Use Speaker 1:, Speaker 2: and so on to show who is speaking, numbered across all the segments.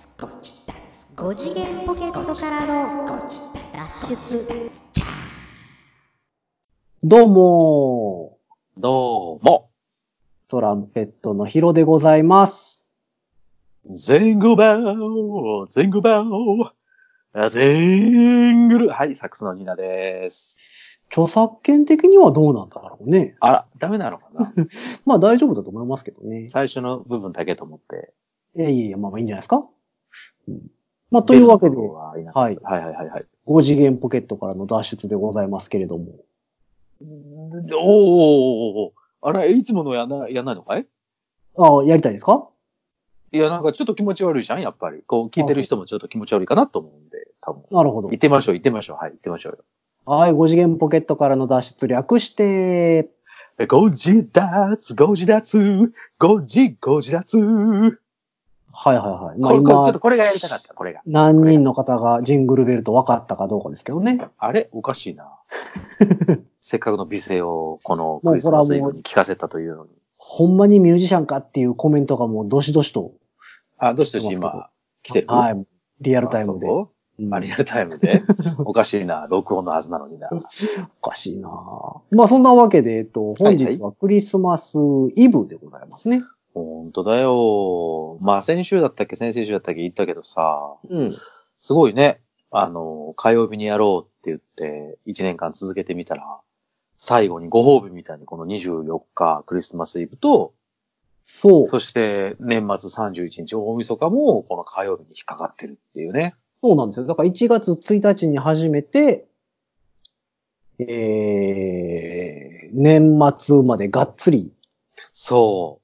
Speaker 1: 5次元ポケットからの脱出。
Speaker 2: どうも
Speaker 3: どうも、
Speaker 2: トランペットのヒロでございます。
Speaker 3: ゼングルバーゼングルバーゼングルはい、サックスのニーナです。
Speaker 2: 著作権的にはどうなんだろうね。
Speaker 3: あら、ダメなのかな
Speaker 2: まあ大丈夫だと思いますけどね。
Speaker 3: 最初の部分だけと思って。
Speaker 2: いやいやいや、まあまあいいんじゃないですか。うんまあというわけで
Speaker 3: 出、るところはいなか
Speaker 2: は
Speaker 3: っ
Speaker 2: い。
Speaker 3: たはいはいはいはい。
Speaker 2: 5次元ポケットからの脱出でございますけれども。
Speaker 3: でおーあら、いつものやんな、やんないのかい
Speaker 2: ああ、やりたいですか
Speaker 3: いや、なんかちょっと気持ち悪いじゃんやっぱり。こう、聞いてる人もちょっと気持ち悪いかなと思うんで、多分。
Speaker 2: なるほど
Speaker 3: 行っ。てみましょう、行ってみましょう。はい、行ってみましょうよ。
Speaker 2: はい、5次元ポケットからの脱出略して、
Speaker 3: えゴジダーツ、ゴジダーツ、ゴジ、ゴジダーツ。
Speaker 2: はいはいはい。ま
Speaker 3: こ
Speaker 2: あ
Speaker 3: れ、これちょっ
Speaker 2: 今
Speaker 3: と、これがやりたかった、これが。
Speaker 2: 何人の方がジングルベルト分かったかどうかですけどね。
Speaker 3: あれおかしい な。せっかくの美声をこのクリスマスイブに聞かせたというのに。
Speaker 2: ほんまにミュージシャンかっていうコメントがもうどしどしと。
Speaker 3: あ、どうして今来てる。
Speaker 2: はいい。リアルタイムで
Speaker 3: あ。そ
Speaker 2: うん
Speaker 3: うあリアルタイム でおかしいな。録音のはずなのにな。
Speaker 2: おかしいなぁまあそんなわけで、えっと、本
Speaker 3: はい
Speaker 2: 日はクリスマスイブでございますね。
Speaker 3: ほんとだよ。まあ、先週だったっけ、先々週だったっけ言ったけどさ、
Speaker 2: うん。
Speaker 3: すごいね。あの、火曜日にやろうって言って、1年間続けてみたら、最後にご褒美みたいにこの24日クリスマスイブと、
Speaker 2: そう。そ
Speaker 3: そして年末31日大晦日もこの火曜日に引っかかってるっていうね。
Speaker 2: うなんですよ。だから1月1日に始めて、えー、年末までがっつり
Speaker 3: そう。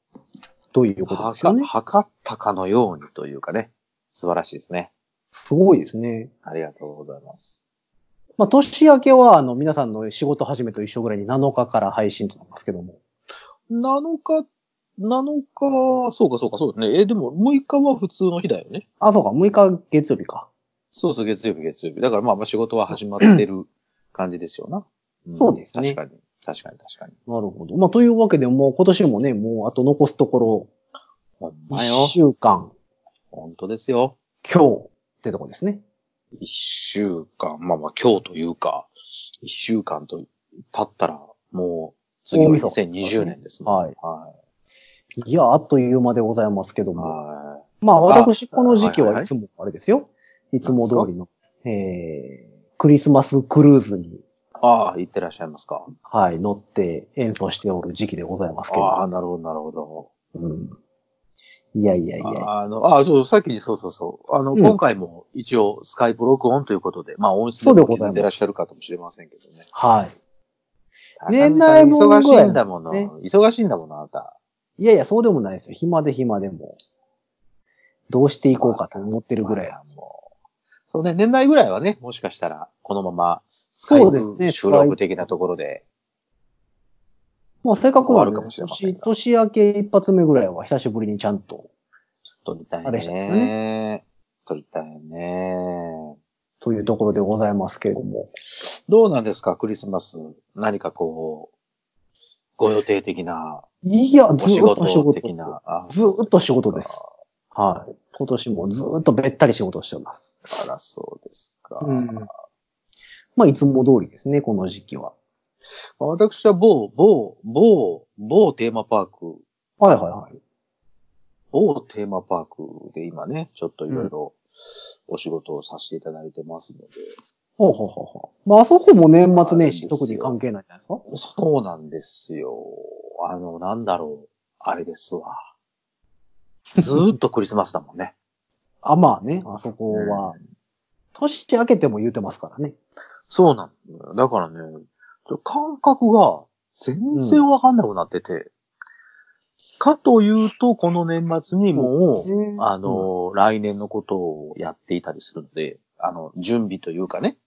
Speaker 2: ということ
Speaker 3: は
Speaker 2: ですよ
Speaker 3: か、
Speaker 2: ね。
Speaker 3: 測ったかのようにというかね。素晴らしいですね。
Speaker 2: すごいですね。
Speaker 3: ありがとうございます。
Speaker 2: まあ年明けは、あの、皆さんの仕事始めと一緒ぐらいに7日から配信となりますけども。
Speaker 3: 7日、7日、そうかそうかそうだね。え、でも6日は普通の日だよね。
Speaker 2: あ、そうか、6日月曜日か。
Speaker 3: そうそう、月曜日、月曜日。だからまあまあ仕事は始まってる感じですよな。ん
Speaker 2: そうですね
Speaker 3: 確かに。確かに、確かに。
Speaker 2: なるほど。まあというわけで、もう今年もね、もうあと残すとこ
Speaker 3: ほん
Speaker 2: ろ、
Speaker 3: まよ。
Speaker 2: 1週間、
Speaker 3: 本当ですよ。
Speaker 2: 今日ってとこですね。
Speaker 3: 一週間、まあまあ今日というか、一週間と経ったら、もう、次は
Speaker 2: 大晦日
Speaker 3: 2020年ですもん。
Speaker 2: はい。
Speaker 3: はい
Speaker 2: や、あっという間でございますけど
Speaker 3: い。
Speaker 2: も。
Speaker 3: は
Speaker 2: まあ、私、
Speaker 3: あ
Speaker 2: この時期
Speaker 3: はい
Speaker 2: は
Speaker 3: はい
Speaker 2: いつも、あれですよ。いつも通りの、えー、クリスマスクルーズに、
Speaker 3: い。ああ、行ってらっしゃいますか。
Speaker 2: はい、乗って演奏しておる時期でございますけ
Speaker 3: あ
Speaker 2: ど。
Speaker 3: あ、なるほど、なるほど。
Speaker 2: うん、いやいやいや。
Speaker 3: ああの、ああ、そう、さっきにそうそうそう。あの、
Speaker 2: うん
Speaker 3: 今回も一応スカイプ録音ということで、まあ音質
Speaker 2: そうで
Speaker 3: で
Speaker 2: ござい
Speaker 3: も
Speaker 2: ます
Speaker 3: 聞いてらっしゃるかもしれませんけどね。
Speaker 2: はい。年
Speaker 3: 年
Speaker 2: 内
Speaker 3: 内
Speaker 2: 分
Speaker 3: 忙しいんだもの、
Speaker 2: ぐらいね
Speaker 3: 忙しいんだもの、あなた。
Speaker 2: いやいや、そうでもないですよ。暇で暇でも。どうしていこうかと思ってるぐらい。
Speaker 3: まあもうそうね、年内ぐらいはね、もしかしたら、このまま、スカイ
Speaker 2: そうですね
Speaker 3: プ収録的なところで、
Speaker 2: まあ、せっかくな
Speaker 3: 終わ
Speaker 2: ん
Speaker 3: る
Speaker 2: で
Speaker 3: かもしれませ
Speaker 2: 年、
Speaker 3: んが
Speaker 2: 年明け一発目ぐらいは久しぶりにちゃんと、
Speaker 3: 撮りたい
Speaker 2: あれしたいです
Speaker 3: ね。撮りたいね。
Speaker 2: というところでございますけれども。
Speaker 3: どうなんですか、クリスマス。何かこう、ご予定的な、
Speaker 2: いや、
Speaker 3: お
Speaker 2: ずー
Speaker 3: 仕
Speaker 2: っと仕
Speaker 3: 事
Speaker 2: 事。
Speaker 3: 的な。あ
Speaker 2: ずーっと仕事です。。はい。今年もずーっとべったり仕事をしております。
Speaker 3: あら、そうですか。
Speaker 2: まあ、いつも通りですね、この時期は。
Speaker 3: まあ私は某、某、某、某テーマパーク、
Speaker 2: はいはいはい。
Speaker 3: 某テーマパークで今ね、ちょっといろいろお仕事をさせていただいてますので。
Speaker 2: ほうほうほうほう。まあ、あそこも年末年始
Speaker 3: あれですよ
Speaker 2: 特に関係ないじゃないですか。
Speaker 3: そうなんですよ。あの、なんだろう。あれですわ。ずーっとクリスマスだもんね。
Speaker 2: あ、まあね、あそこは。年明けても言うてますからね。
Speaker 3: そうなの。だからね、感覚が全然わかんなくなってて、かというと、この年末にもう、あの、来年のことをやっていたりするので、あの、準備というかね、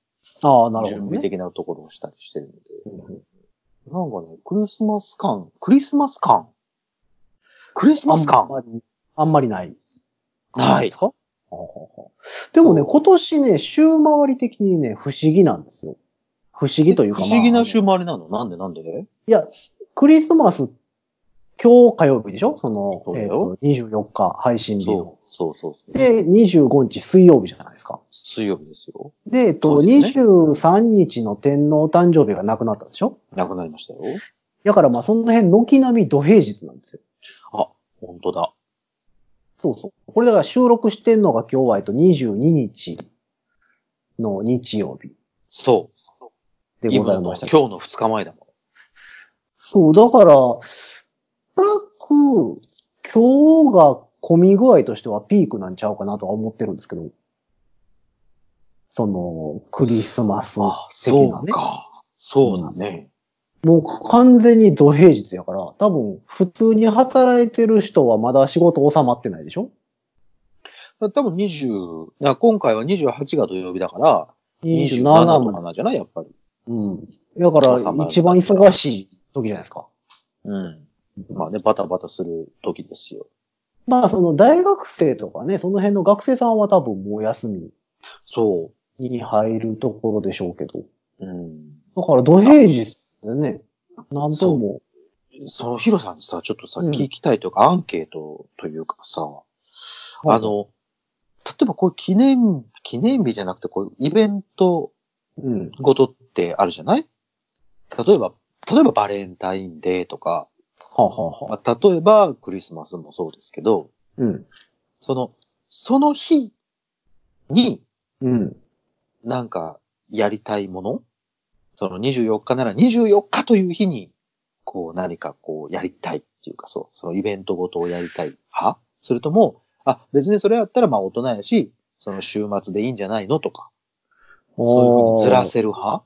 Speaker 2: ああ、なる
Speaker 3: 準
Speaker 2: ほど、
Speaker 3: 備
Speaker 2: ね。
Speaker 3: 的なところをしたりしてるので、
Speaker 2: うん
Speaker 3: なんかね、クリスマス感、クリスマス感、クリスマス
Speaker 2: あん
Speaker 3: 感、
Speaker 2: まり、あんまりない。
Speaker 3: ない
Speaker 2: です。かほうほうほうでもね、今年ね、週回り的にね、不思議なんですよ。不思議というか、
Speaker 3: 不思議
Speaker 2: まあ
Speaker 3: な週回りなのなんでなんで
Speaker 2: クリスマスっ今日火曜日でしょその
Speaker 3: そう、だ
Speaker 2: えっ、
Speaker 3: よ
Speaker 2: と、24日配信日の。
Speaker 3: そう、そうそうそう。
Speaker 2: で、25日水曜日じゃないですか。
Speaker 3: 水曜日ですよ。
Speaker 2: で、えっ
Speaker 3: そ
Speaker 2: と、
Speaker 3: うです
Speaker 2: 23日の天皇誕生日が亡くなったでしょ
Speaker 3: なくなりましたよ。
Speaker 2: だからまあ、その辺、軒並み土平日なんですよ。
Speaker 3: あ、本当だ。
Speaker 2: そうそう。これだから収録してんのが今日は、えっと、22日の日曜日
Speaker 3: そう。
Speaker 2: でございました。
Speaker 3: 今日の2日前だもん。
Speaker 2: そう、だから、おそらく、今日が混み具合としてはピークなんちゃうかなとは思ってるんですけど。その、クリスマス
Speaker 3: あ、
Speaker 2: 的
Speaker 3: そ
Speaker 2: な
Speaker 3: う
Speaker 2: ね。
Speaker 3: か。そうだね。
Speaker 2: もう完全に土平日やから、多分普通に働いてる人はまだ仕事収まってないでしょ
Speaker 3: 多分20、な今回は28が土曜日だから、
Speaker 2: ?27
Speaker 3: 27とか
Speaker 2: も。
Speaker 3: なんじゃないやっぱり。
Speaker 2: うん。だから
Speaker 3: 収まる
Speaker 2: 一番忙しい時じゃないですか。
Speaker 3: うん。まあね、バタバタする時ですよ。
Speaker 2: まあその大学生とかね、その辺の学生さんは多分もう休み
Speaker 3: そ
Speaker 2: に入るところでしょうけど。
Speaker 3: う。うん。
Speaker 2: だから土平日でね、なんとも。
Speaker 3: そのヒロさんにさ、ちょっとさ、
Speaker 2: うん
Speaker 3: 聞きたいというか、アンケートというかさ、
Speaker 2: い
Speaker 3: あの、例えばこういう記念、記念日じゃなくて、こういうイベント
Speaker 2: うん。
Speaker 3: ごとってあるじゃない例えば、例えばバレンタインデーとか、
Speaker 2: はあ、はあはあ、
Speaker 3: まあ、例えばクリスマスもそうですけど、
Speaker 2: うん。
Speaker 3: その、その日に
Speaker 2: うん。
Speaker 3: なんかやりたいものその24日なら24日という日に、こう何かこうやりたいっていうかそう、そのイベントごとをやりたい派それとも、あ、別にそれやったらまあ大人やし、その週末でいいんじゃないのとか、そういうふうにずらせる派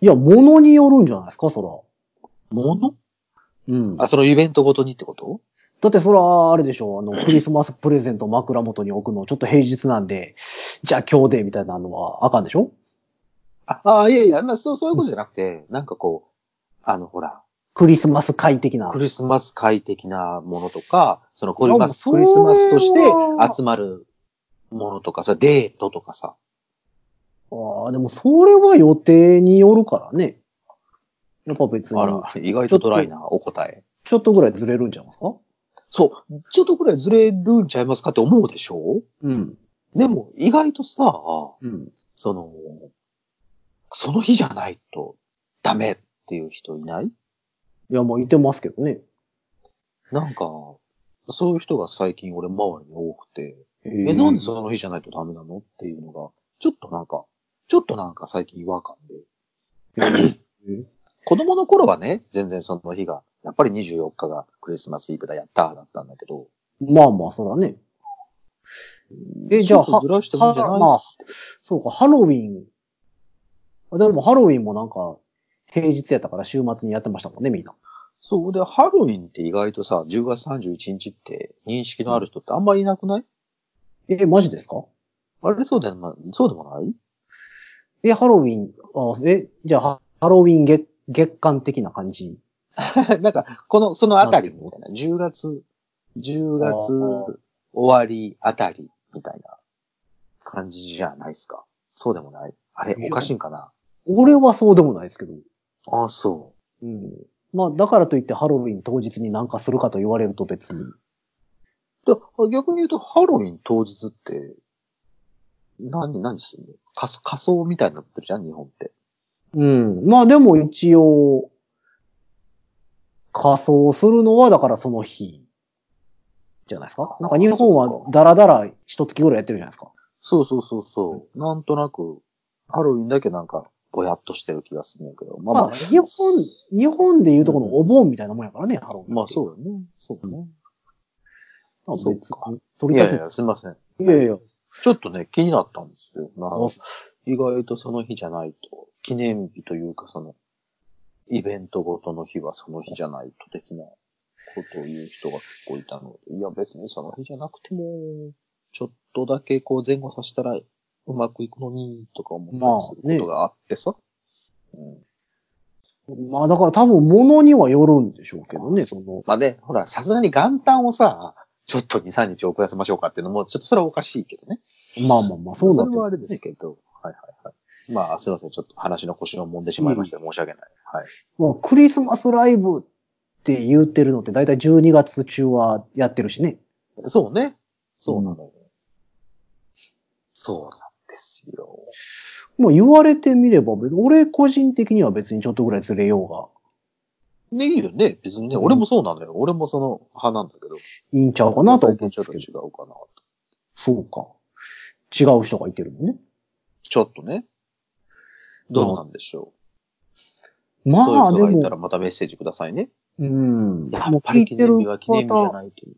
Speaker 2: いや、ものによるんじゃないですか、そ
Speaker 3: もの
Speaker 2: ら。うん。
Speaker 3: あ、そのイベントごとにってこと
Speaker 2: だってそら、あれでしょ、 あの、クリスマスプレゼント枕元に置くの、ちょっと平日なんで、じゃあ今日で、みたいなのはあかんでしょ
Speaker 3: ああ、いやいや、まあそう、そういうことじゃなくて、なんかこう、あのほら、
Speaker 2: クリスマス会的な。
Speaker 3: クリスマス会的なものとか、そのクリマス
Speaker 2: あも
Speaker 3: ク
Speaker 2: う
Speaker 3: リスマスとし
Speaker 2: それ
Speaker 3: て
Speaker 2: は
Speaker 3: 集まるものとかさ、デートとかさ。
Speaker 2: ああ、でもそれは予定によるからね。やっぱ別に
Speaker 3: あら、、意外とドライなお答え。
Speaker 2: ちょっとぐらいずれるんじゃないですか
Speaker 3: そう、ちょっとくらいずれるんちゃいますかって思うでしょ
Speaker 2: うん。
Speaker 3: でも意外とさ、
Speaker 2: うん。
Speaker 3: その、その日じゃないとダメっていう人いない
Speaker 2: いや、もう言ってますけどね。
Speaker 3: なんか、そういう人が最近俺周りに多くて、
Speaker 2: え
Speaker 3: え、なんでその日じゃないとダメなのっていうのが、ちょっとなんか、ちょっとなんか最近違和感で。子供の頃はね、全然その日が、やっぱり24日がクリスマスイブだ、やったーだったんだけど。
Speaker 2: まあまあ、そらね。え、じゃあ、
Speaker 3: ちょっとずらしてもいいんじゃない
Speaker 2: はまあ、そうか、ハロウィン。あでも、ハロウィンもなんか、平日やったから週末にやってましたもんね、みんな。
Speaker 3: そうで、ハロウィンって意外とさ、10月31日って認識のある人ってあんまりいなくない、
Speaker 2: え、マジですか
Speaker 3: あれそうでも、そうでもない
Speaker 2: え、ハロウィン、あえ、じゃあ、ハハロウィン月、月間的な感じ。
Speaker 3: なんか、この、そのあたりみたいな。10月、10月終わりあたりみたいな感じじゃないですか。そうでもないあれ、おかしいんかな
Speaker 2: 俺はそうでもないですけど。
Speaker 3: ああ、そ
Speaker 2: うん。まあ、だからといってハロウィン当日になんかするかと言われると別に。
Speaker 3: う。だ逆に言うと、ハロウィン当日って、何、何するの仮装仮装みたいになってるじゃん、日本って。
Speaker 2: うん。まあ、でも一応、仮装するのは、だからその日、じゃないですか。なんか日本
Speaker 3: そう
Speaker 2: は
Speaker 3: か
Speaker 2: ダラダラ一月ぐらいやってるじゃないですか。
Speaker 3: そうそうそうそう。なんとなく、ハロウィンだけなんか、ぼやっとしてる気がするんだけど。まあ
Speaker 2: ま
Speaker 3: ま
Speaker 2: あ、
Speaker 3: あ、
Speaker 2: 日本、日本でいうとこのお盆みたいなもんやからね、ハロウィンって。
Speaker 3: まあそうだね。そうだね。
Speaker 2: まあ別
Speaker 3: そう
Speaker 2: に
Speaker 3: か。
Speaker 2: 取
Speaker 3: い
Speaker 2: り
Speaker 3: やい
Speaker 2: 立て
Speaker 3: や、すいません。
Speaker 2: いやいや。
Speaker 3: ちょっとね、気になったんですよ。まあ
Speaker 2: あ
Speaker 3: 意外とその日じゃないと、記念日というかその、イベントごとの日はその日じゃないと的なことを言う人が結構いたので、いや別にその日じゃなくても、ちょっとだけこう前後させたらうまくいくのに、とか思ったりすることがあってさ。うん
Speaker 2: まあだから多分物にはよるんでしょうけどね、その。
Speaker 3: まあね、ほら、さすがに元旦をさ、ちょっと2、3日遅らせましょうかっていうのも、ちょっとそれはおかしいけどね。
Speaker 2: まあまあまあ、そうなっ
Speaker 3: そ
Speaker 2: て
Speaker 3: れ
Speaker 2: る
Speaker 3: はあれですけど。はいはいはい。まあ、すいません。ちょっと話の腰を揉んでしまいました。申し訳ない。はい。
Speaker 2: まあ、クリスマスライブって言ってるのって、だいたい12月中はやってるしね。
Speaker 3: そうね。そうなのよ。そうなんですよ。
Speaker 2: もう言われてみれば、別に俺個人的には別にちょっとぐらいずれようが
Speaker 3: で、いいよね。別にね、俺もそうなのよ。俺もその派なんだけど。
Speaker 2: いいんちゃうかなと思
Speaker 3: 最
Speaker 2: うん
Speaker 3: 近ち
Speaker 2: で
Speaker 3: ょっ
Speaker 2: すけ
Speaker 3: と違
Speaker 2: ど。
Speaker 3: うかなと。
Speaker 2: そうか。違う人がいてるのね。
Speaker 3: ちょっとね。どうなんでしょう。
Speaker 2: まあ
Speaker 3: そう
Speaker 2: で
Speaker 3: いう人がいた
Speaker 2: も、
Speaker 3: らまたメッセージくださいね。
Speaker 2: うん。
Speaker 3: や
Speaker 2: も
Speaker 3: っ
Speaker 2: う
Speaker 3: ぱ
Speaker 2: 聞
Speaker 3: り
Speaker 2: い
Speaker 3: 記
Speaker 2: てる
Speaker 3: 念日は記念日じゃ
Speaker 2: 方、
Speaker 3: ないとい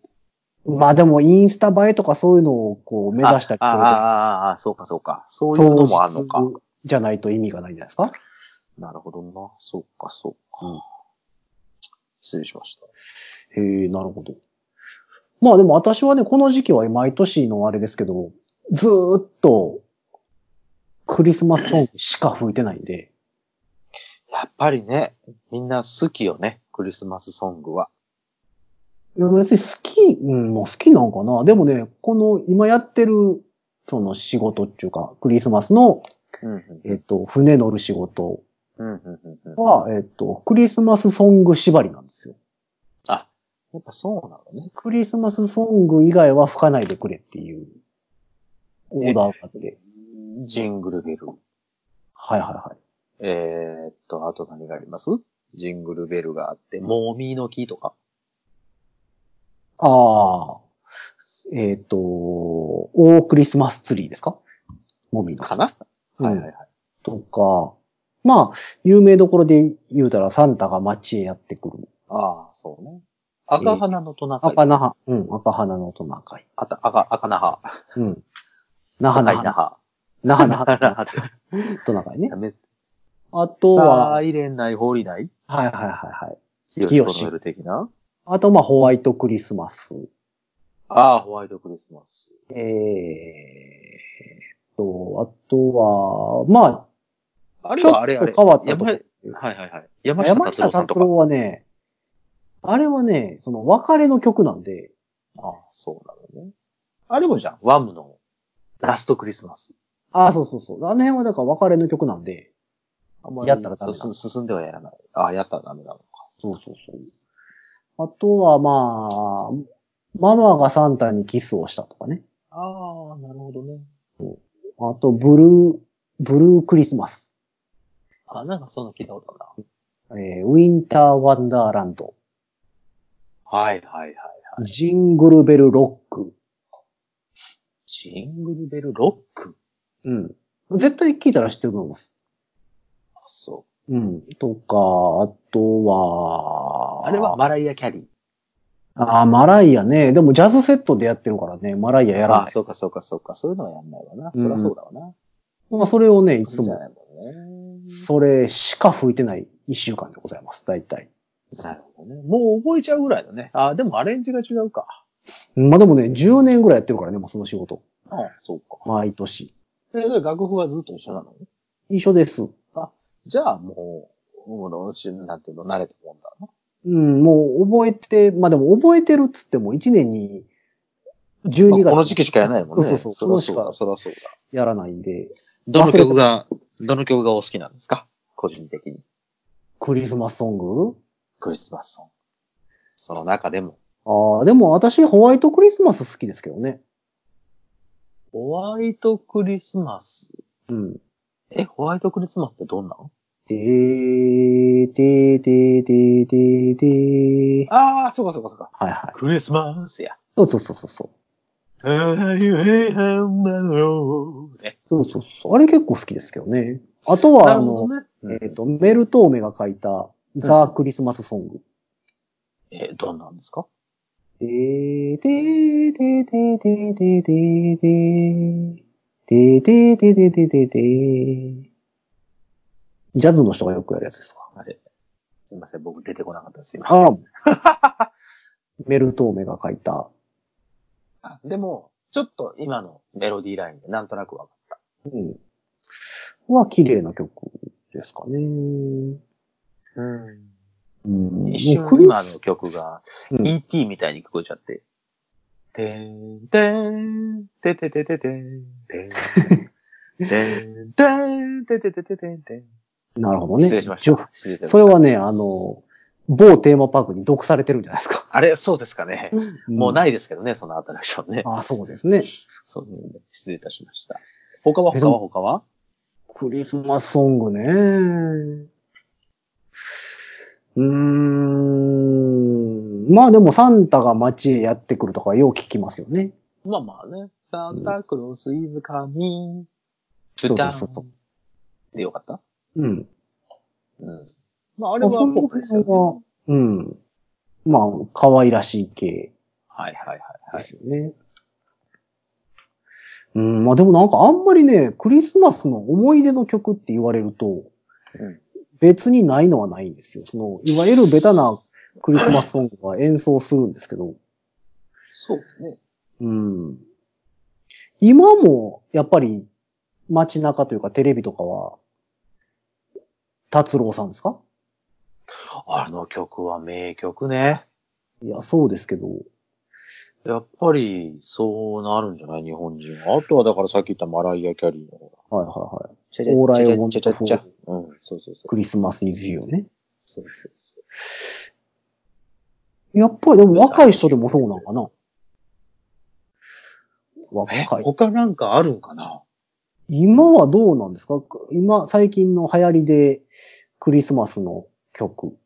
Speaker 3: う。
Speaker 2: まあでもインスタ映えとかそういうのをこう目指したりす
Speaker 3: ああ
Speaker 2: ると、
Speaker 3: ああ、ああ、そうかそうか。そういうのもあんのか。
Speaker 2: 当日じゃないと意味がないんじゃないですか
Speaker 3: なるほどな。そうかそうか。失礼しました。
Speaker 2: へえ、なるほど。まあでも私はね、この時期は毎年のあれですけど、ずーっとクリスマスソングしか吹いてないんで、
Speaker 3: やっぱりね、みんな好きよね。クリスマスソングは。
Speaker 2: いや別に好き、うん、もう好きなんかな。でもね、この今やってる、その仕事っていうか、クリスマスの、
Speaker 3: うんうん
Speaker 2: えっと、船乗る仕事
Speaker 3: うんうんうんうん。
Speaker 2: は、えっと、クリスマスソング縛りなんですよ。
Speaker 3: あ、やっぱそうなのね。
Speaker 2: クリスマスソング以外は吹かないでくれっていうオーダーがあって。
Speaker 3: ジングルベル。
Speaker 2: はいはいはい。
Speaker 3: えーっと、あと何がありますジングルベルがあって、モーミーの木とか。
Speaker 2: ああ。えっ、と、大クリスマスツリーですかもみの。
Speaker 3: かな
Speaker 2: うん
Speaker 3: はいはいはい。
Speaker 2: とか、まあ、有名どころで言うたらサンタが街へやってくる。
Speaker 3: ああ、そうね。赤花のトナカイ。
Speaker 2: 赤那覇、うん、赤花のトナカイ。
Speaker 3: あた赤、赤那覇。
Speaker 2: うん。那
Speaker 3: 赤
Speaker 2: 覇
Speaker 3: い那
Speaker 2: 那覇。
Speaker 3: 覇。
Speaker 2: 那覇那
Speaker 3: 那覇
Speaker 2: 覇トナカイね
Speaker 3: や。めて。
Speaker 2: あとは、
Speaker 3: さ
Speaker 2: は
Speaker 3: あ、
Speaker 2: い
Speaker 3: 入れない、放りない。
Speaker 2: はいはいはい。
Speaker 3: 清志の夜的な。
Speaker 2: あと、まあ、ホワイトクリスマス。
Speaker 3: ああ、ホワイトクリスマス。
Speaker 2: えー、と、あとは、まあ、
Speaker 3: あれ
Speaker 2: ちょっ
Speaker 3: はあれあ
Speaker 2: と
Speaker 3: れ。
Speaker 2: 変わったとこ
Speaker 3: 山はいはいはい。山下
Speaker 2: 山
Speaker 3: 達郎
Speaker 2: 下
Speaker 3: さんと
Speaker 2: 達
Speaker 3: か。
Speaker 2: 郎はね、あれはね、その別れの曲なんで、
Speaker 3: ああ、そうなのね。あれもじゃん。ワムのラストクリスマス。
Speaker 2: ああ、そうそうそう。あの辺はだから別れの曲なんで、
Speaker 3: あんま
Speaker 2: やったらダメだ
Speaker 3: 進進んではやらない。ああ、やったらダメだのか。
Speaker 2: そうそうそう。あとはまあ、ママがサンタにキスをしたとかね。
Speaker 3: ああ、なるほどね。
Speaker 2: あと、ブルー、ブルークリスマス。
Speaker 3: あ、なんかそんな聞いたことある
Speaker 2: えーウィンターワンダーランド。
Speaker 3: な。はいはいはい。
Speaker 2: ジングルベルロック。
Speaker 3: ジングルベルロック。
Speaker 2: うん。絶対聞いたら知ってると思います。
Speaker 3: あそ
Speaker 2: うん。とか、あと
Speaker 3: う。
Speaker 2: は、
Speaker 3: あれはマライア・キャリー。
Speaker 2: ああ、マライアね。でもジャズセットでやってるからね、マライアやらない
Speaker 3: あ
Speaker 2: で
Speaker 3: あ、
Speaker 2: す。
Speaker 3: そうかそうかそうか。そういうのはやんないわな。
Speaker 2: うん
Speaker 3: そりゃそうだわな。
Speaker 2: まあ、それをね、いつ
Speaker 3: そうじゃ
Speaker 2: も、
Speaker 3: ないもんね。
Speaker 2: それしか吹いてない一週間でございます、大体。
Speaker 3: なるほどね。もう覚えちゃうぐらいだね。ああ、でもアレンジが違うか。
Speaker 2: まあでもね、10年ぐらいやってるからね、もうその仕事。
Speaker 3: ああ、そうか。
Speaker 2: 毎年。
Speaker 3: え、それ楽譜はずっと一緒なの
Speaker 2: 一緒です。
Speaker 3: じゃあもう、もう、しなんていうの、慣れたもんだな。
Speaker 2: うん、もう覚えて、まあでも覚えてるっつっても1年に12月
Speaker 3: この時期しかやらないもんね。
Speaker 2: そうそうそう
Speaker 3: そりゃそ
Speaker 2: こ
Speaker 3: う
Speaker 2: の
Speaker 3: だ、
Speaker 2: し
Speaker 3: そりゃそうだ。
Speaker 2: やらないんで、
Speaker 3: どの曲が、どの曲がお好きなんですか個人的に。
Speaker 2: クリスマスソング
Speaker 3: クリスマスソング。その中でも。
Speaker 2: ああ、でも私ホワイトクリスマス好きですけどね。
Speaker 3: ホワイトクリスマス。
Speaker 2: うん。
Speaker 3: え、ホワイトクリスマスってどんなの
Speaker 2: てー、てー、てー、てー、てー、てー。
Speaker 3: ああ、そうかそうかそうか。
Speaker 2: はいはい。
Speaker 3: クリスマスや。
Speaker 2: そうそうそうそうそう。
Speaker 3: Are you here, hello? ね
Speaker 2: そうそうそう。あれ結構好きですけどね。あとは、あの、
Speaker 3: なるほどね
Speaker 2: えっ、と、メルトーメが書いた、ザ・クリスマスソング。
Speaker 3: え、どんなんですか
Speaker 2: てーてーてーてーてーてーてーてーてーてーてーてーてーてーてージャズの人がよくやるやつですわ。
Speaker 3: あれ。すいません、僕出てこなかったですよ。
Speaker 2: あら。メルトーメが書いた。
Speaker 3: あでも、ちょっと今のメロディーラインでなんとなくわかる。
Speaker 2: うん。は綺麗な曲ですかね。うん。
Speaker 3: 一
Speaker 2: もう
Speaker 3: 瞬
Speaker 2: クリ
Speaker 3: 今の
Speaker 2: ス
Speaker 3: 曲が
Speaker 2: うん
Speaker 3: E.T. みたいに聞こえちゃって。てんてん、てててててん、てん。てんてん、てててててんてん。
Speaker 2: なるほどね。
Speaker 3: 失礼しました。失礼しまし
Speaker 2: そ
Speaker 3: た
Speaker 2: れはね、あの、某テーマパークに毒されてるんじゃないですか。
Speaker 3: あれ、そうですかね。もう
Speaker 2: い。
Speaker 3: ないですけどね、そのアトラクションね。
Speaker 2: あそうですね。
Speaker 3: そうですね。失礼いたしました。他は
Speaker 2: え
Speaker 3: 他
Speaker 2: で
Speaker 3: は
Speaker 2: も
Speaker 3: 他は
Speaker 2: クリスマスソングね。うーん。まあでもサンタが街へやってくるとかはよう聞きますよね。
Speaker 3: まあまあね。サンタクロースイズカミン。
Speaker 2: そうそう
Speaker 3: 豚
Speaker 2: そうそう
Speaker 3: でよかった
Speaker 2: うん。
Speaker 3: うん。まああ
Speaker 2: あ
Speaker 3: れはポップですよね。
Speaker 2: は、うん。まあ、可愛らしい系
Speaker 3: はいはいはいは
Speaker 2: で
Speaker 3: い。
Speaker 2: すよね。うん、まあでもなんかあんまりね、クリスマスの思い出の曲って言われると、
Speaker 3: うん
Speaker 2: 別にないのはないんですよ。その、いわゆるベタなクリスマスソングは演奏するんですけど、
Speaker 3: そうね。
Speaker 2: うん。今も、やっぱり、街中というかテレビとかは、達郎さんですか
Speaker 3: あの曲は名曲ね。
Speaker 2: いや、そうですけど。
Speaker 3: やっぱり、そうなるんじゃない日本人は。あとはだからさっき言ったマライア・キャリーの。
Speaker 2: はいはいはい。
Speaker 3: チ
Speaker 2: オーライオン
Speaker 3: チャチャチャ
Speaker 2: と
Speaker 3: チャ。うん、そうそうそう。
Speaker 2: クリスマスイズユーね。
Speaker 3: そうそうそう。
Speaker 2: やっぱりでも若い人でもそうなんかな。
Speaker 3: え、
Speaker 2: 若い。
Speaker 3: 他なんかあるんかな
Speaker 2: 今はどうなんですか今、最近の流行りでクリスマスの曲。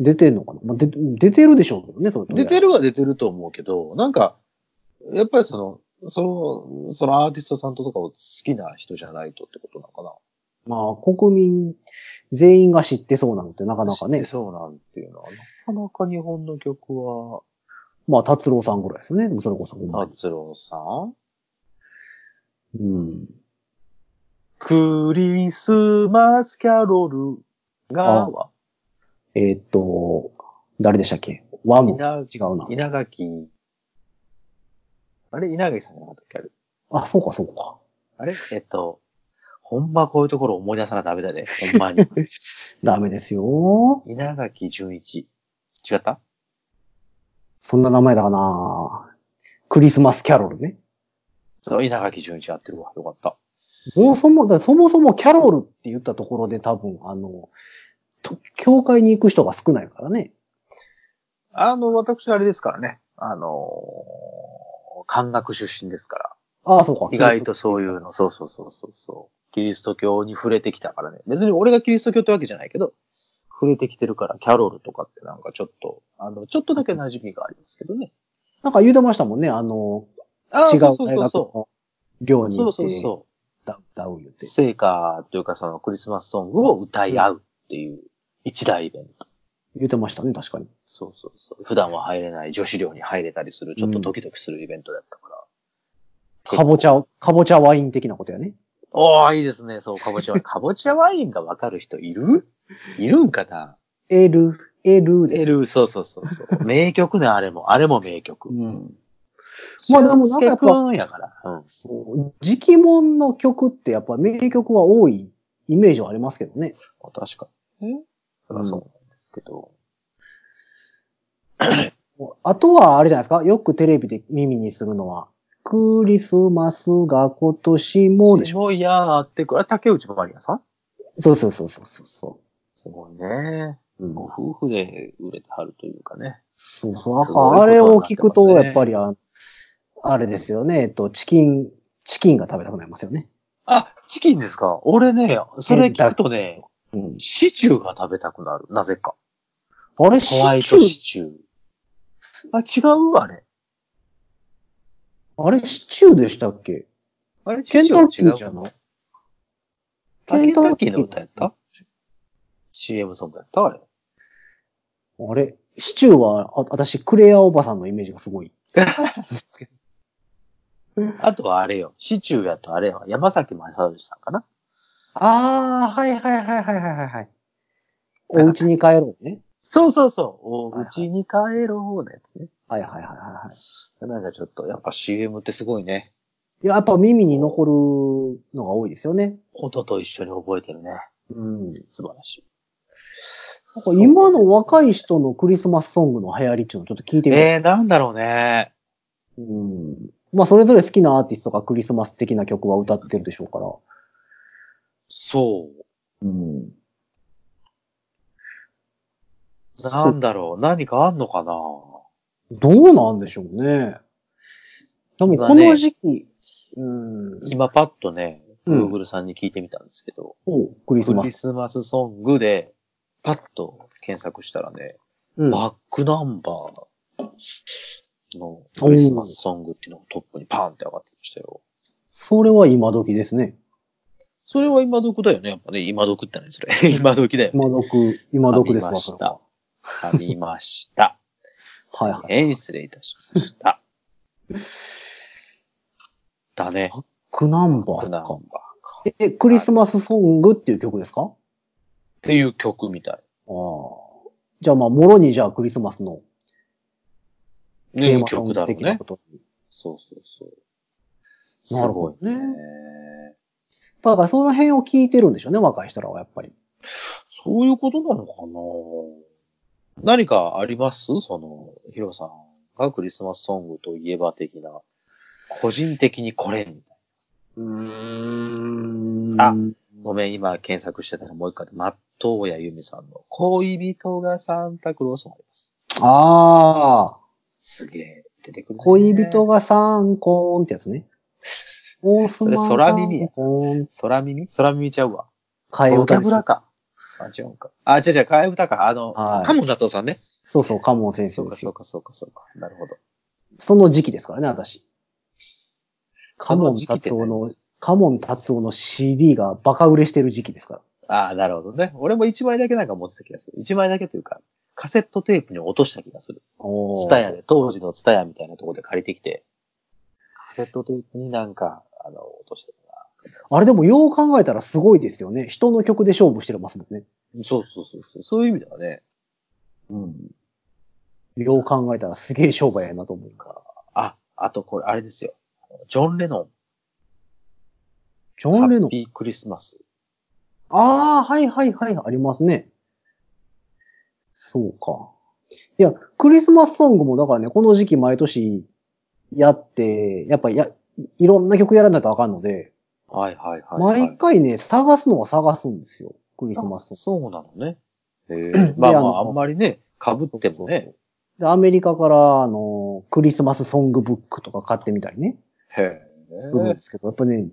Speaker 2: 出てんのかな、まあ、で出てるでしょうけどね、それとりあ
Speaker 3: 出
Speaker 2: えず
Speaker 3: てるは出てると思うけど、なんか、やっぱりその、その、そのアーティストさんとかを好きな人じゃないとってことなのかな
Speaker 2: まあ、国民全員が知ってそうなのってなかなか
Speaker 3: 知っ
Speaker 2: ね
Speaker 3: て。そうなんていうのは、なかなか日本の曲は、
Speaker 2: まあ、達郎さんぐらいですね。でもそれこそほんまに。
Speaker 3: 達郎さん
Speaker 2: うん。
Speaker 3: クリスマスキャロルが、
Speaker 2: あえーっと、誰でしたっけワム。
Speaker 3: 稲
Speaker 2: 違うな。
Speaker 3: 稲垣、あれ稲垣さんじゃなかったっけあれ
Speaker 2: あ、そうか、そうか。
Speaker 3: あれえっと、ほんまこういうところ思い出さなダメだね。ほんま に。
Speaker 2: ダメですよ。
Speaker 3: 稲垣純一。違った
Speaker 2: そんな名前だかなクリスマスキャロルね。
Speaker 3: そう、稲垣純一合ってるわ。よかった。
Speaker 2: もうそも、だからそもそもキャロルって言ったところで多分、あの、と教会に行く人が少ないからね。
Speaker 3: あの、私あれですからね。あのー、漢学出身ですから。
Speaker 2: ああ、そうか。
Speaker 3: 意外とそういうの、そうそうそうそうそう。キリスト教に触れてきたからね。別に俺がキリスト教ってわけじゃないけど、触れてきてるから、キャロルとかってなんかちょっと、あの、ちょっとだけ馴染みがありますけどね。
Speaker 2: なんか言うてましたもんね。あの、
Speaker 3: ああ、
Speaker 2: 違う
Speaker 3: そうそ
Speaker 2: 大
Speaker 3: うそう
Speaker 2: 学
Speaker 3: そ
Speaker 2: の寮
Speaker 3: う。
Speaker 2: に
Speaker 3: そ
Speaker 2: 行っ
Speaker 3: う
Speaker 2: て
Speaker 3: そうそう。
Speaker 2: ダウンダウン言って。
Speaker 3: 聖歌というかそのクリスマスソングを歌い合うっていう一大イベント。
Speaker 2: 言ってましたね、確かに。
Speaker 3: そうそうそう。普段は入れない女子寮に入れたりする、ちょっとドキドキするイベントだったから。
Speaker 2: かぼちゃ、かぼちゃワイン的なことやね。
Speaker 3: おー、いいですね。そう、かぼちゃワイン。かぼちゃワインがわかる人いるいるんかな
Speaker 2: エル、エルです。
Speaker 3: エル、そうそうそ うそう。名曲ね、あれも。あれも名曲。
Speaker 2: うん。まあでもなんかやっぱ
Speaker 3: 俊介君やから。うん。
Speaker 2: そう。時期もんの曲ってやっぱ名曲は多いイメージはありますけどね。
Speaker 3: 確かに。えそりゃそうなんですけど。
Speaker 2: あとはあれじゃないですか。よくテレビで耳にするのは、クリスマスが今年
Speaker 3: そ
Speaker 2: もでしょ。
Speaker 3: ょ。いやーってく、あれ、竹内まりやさん
Speaker 2: そうそうそうそうそうそ
Speaker 3: すごいね。
Speaker 2: う。うん
Speaker 3: ご夫婦で売れてはるというかね。
Speaker 2: そうそう。
Speaker 3: すごいことになってますね
Speaker 2: あれを聞くと、やっぱりあ、あれですよね。えっと、チキン、チキンが食べたくなりますよね。
Speaker 3: あ、チキンですか俺ね、それ聞くとね、
Speaker 2: うん。
Speaker 3: シチューが食べたくなる。なぜか。
Speaker 2: あれ、
Speaker 3: ホワ
Speaker 2: シ
Speaker 3: イ
Speaker 2: チ
Speaker 3: ト
Speaker 2: ュ
Speaker 3: シ
Speaker 2: ー、
Speaker 3: チュー。あ、違うあれ。
Speaker 2: あれシチューでしたっけ
Speaker 3: あれ、
Speaker 2: ケンタッキー
Speaker 3: シチ
Speaker 2: じ
Speaker 3: ュ
Speaker 2: ゃ
Speaker 3: は違うの
Speaker 2: ない
Speaker 3: あケンタッキーの
Speaker 2: ケ
Speaker 3: 歌やった ?CM ソングやったあれ。
Speaker 2: あれシチューは、あ私、クレアおばさんのイメージがすごい。
Speaker 3: あとはあれよ。シチューやとあれは山崎正義さんかな
Speaker 2: ああ、はいはいはいはいはいはい。お家に帰ろうね。
Speaker 3: そうそうそう。お
Speaker 2: はいはいう
Speaker 3: ちに帰ろう方のやつね。
Speaker 2: はいはいはいはいはい。
Speaker 3: なんかちょっと、やっぱ CM ってすごいね。
Speaker 2: いややっぱ耳に残るのが多いですよね。
Speaker 3: 音と一緒に覚えてるね。
Speaker 2: うん。なんか
Speaker 3: 素晴らしい。
Speaker 2: 今の若い人のクリスマスソングの流行りっていうのをちょっと聞いてみて、
Speaker 3: えー、なんだろうね。
Speaker 2: うん。まあそれぞれ好きなアーティストがクリスマス的な曲は歌ってるでしょうから。
Speaker 3: そう。
Speaker 2: うん。
Speaker 3: なんだろう、 何かあんのかな
Speaker 2: どうなんでしょうね。でもこの時期、うん、
Speaker 3: 今パッとね、
Speaker 2: うん
Speaker 3: Google さんに聞いてみたんですけど、
Speaker 2: おクリスマ
Speaker 3: クリ
Speaker 2: ス。
Speaker 3: スマスソングで、パッと検索したらね、
Speaker 2: うん
Speaker 3: バックナンバーのクリスマスソングっていうのがトップにパーンって上がってましたよ。
Speaker 2: それは今時ですね。
Speaker 3: それは今どこだよね。やっぱね、今どこって何それ。 今どきだよね。
Speaker 2: 今時、今時です
Speaker 3: あ
Speaker 2: わ、
Speaker 3: りまし
Speaker 2: それは
Speaker 3: た。ありました。
Speaker 2: はいはい。
Speaker 3: えー失礼いたしました。だね。
Speaker 2: クナンバ
Speaker 3: バック
Speaker 2: ー
Speaker 3: ナンバ
Speaker 2: か
Speaker 3: ー。か。っ
Speaker 2: え、クリスマスソングっていう曲ですか
Speaker 3: ていう曲みたい。
Speaker 2: ああ。じゃあまあ、もろにじゃあクリスマスのテー
Speaker 3: ね、
Speaker 2: マソン
Speaker 3: 曲
Speaker 2: グ
Speaker 3: だろう
Speaker 2: 的な
Speaker 3: ね
Speaker 2: こ。と。
Speaker 3: そうそうそう。す
Speaker 2: なる
Speaker 3: ご
Speaker 2: ほ
Speaker 3: い
Speaker 2: どね
Speaker 3: ね。
Speaker 2: だからその辺を聞いてるんでしょうね、若い人らはやっぱり。
Speaker 3: そういうことなのかな何かありますその、ヒロさんがクリスマスソングといえば的な、個人的にこれみたい
Speaker 2: うん
Speaker 3: あな。ごめん、今検索してたらもう一回で、松任谷由実さんの恋人がサンタクロースもあります。
Speaker 2: ああ。
Speaker 3: すげえ、出てくる、ね。
Speaker 2: 恋人がサンコーンってやつね。オースマン
Speaker 3: それ空耳や
Speaker 2: サンコーン。
Speaker 3: 空耳空耳ちゃうわ。
Speaker 2: 替え
Speaker 3: ボ
Speaker 2: 歌
Speaker 3: キャ
Speaker 2: で
Speaker 3: ブ
Speaker 2: す。
Speaker 3: ラか。あ、違うんか。あ、違う違う、替え歌か。あの、
Speaker 2: はい
Speaker 3: カモン達夫さんね。
Speaker 2: そうそう、カモン先
Speaker 3: そ
Speaker 2: 生
Speaker 3: う
Speaker 2: で
Speaker 3: か、
Speaker 2: す
Speaker 3: そう
Speaker 2: よ。
Speaker 3: か、そうか、そうか。なるほど。
Speaker 2: その時期ですからね、私。カ
Speaker 3: そ
Speaker 2: モ
Speaker 3: の
Speaker 2: ン
Speaker 3: 時期って
Speaker 2: 達
Speaker 3: ね
Speaker 2: 夫の、カモン達夫の CD がバカ売れしてる時期ですから。
Speaker 3: ああ、なるほどね。俺も一枚だけなんか持ってた気がする。一枚だけというか、カセットテープに落とした気がする。
Speaker 2: お
Speaker 3: ツタヤで、当時のツタヤみたいなところで借りてきて、カセットテープになんか、あの、落として
Speaker 2: あれでもよう考えたらすごいですよね。人の曲で勝負してますもんね。
Speaker 3: たな。そうそうそうそう。そういう意味ではね。うん。
Speaker 2: よう考えたらすげえ商売やなと思う。
Speaker 3: あ、あとこれ、あれですよ。ジョン・レノ
Speaker 2: ジ
Speaker 3: ン。
Speaker 2: ョン・レノン
Speaker 3: ハッ。ピークリスマス。
Speaker 2: ああ、はいはいはい、ありますね。そうか。いや、クリスマスソングもだからね、この時期毎年やって、やっぱや、いいろんな曲やらないとあかんので、
Speaker 3: はいはいはい、はい。
Speaker 2: 毎回ね、探すのは探すんですよ。クリスマスソング。
Speaker 3: そうなのね。へえ。まあま
Speaker 2: あの
Speaker 3: あ、あんまりね、被ってもね。
Speaker 2: で、アメリカから、あの、クリスマスソングブックとか買ってみたりね、
Speaker 3: へえ。
Speaker 2: するんですけど、やっぱね、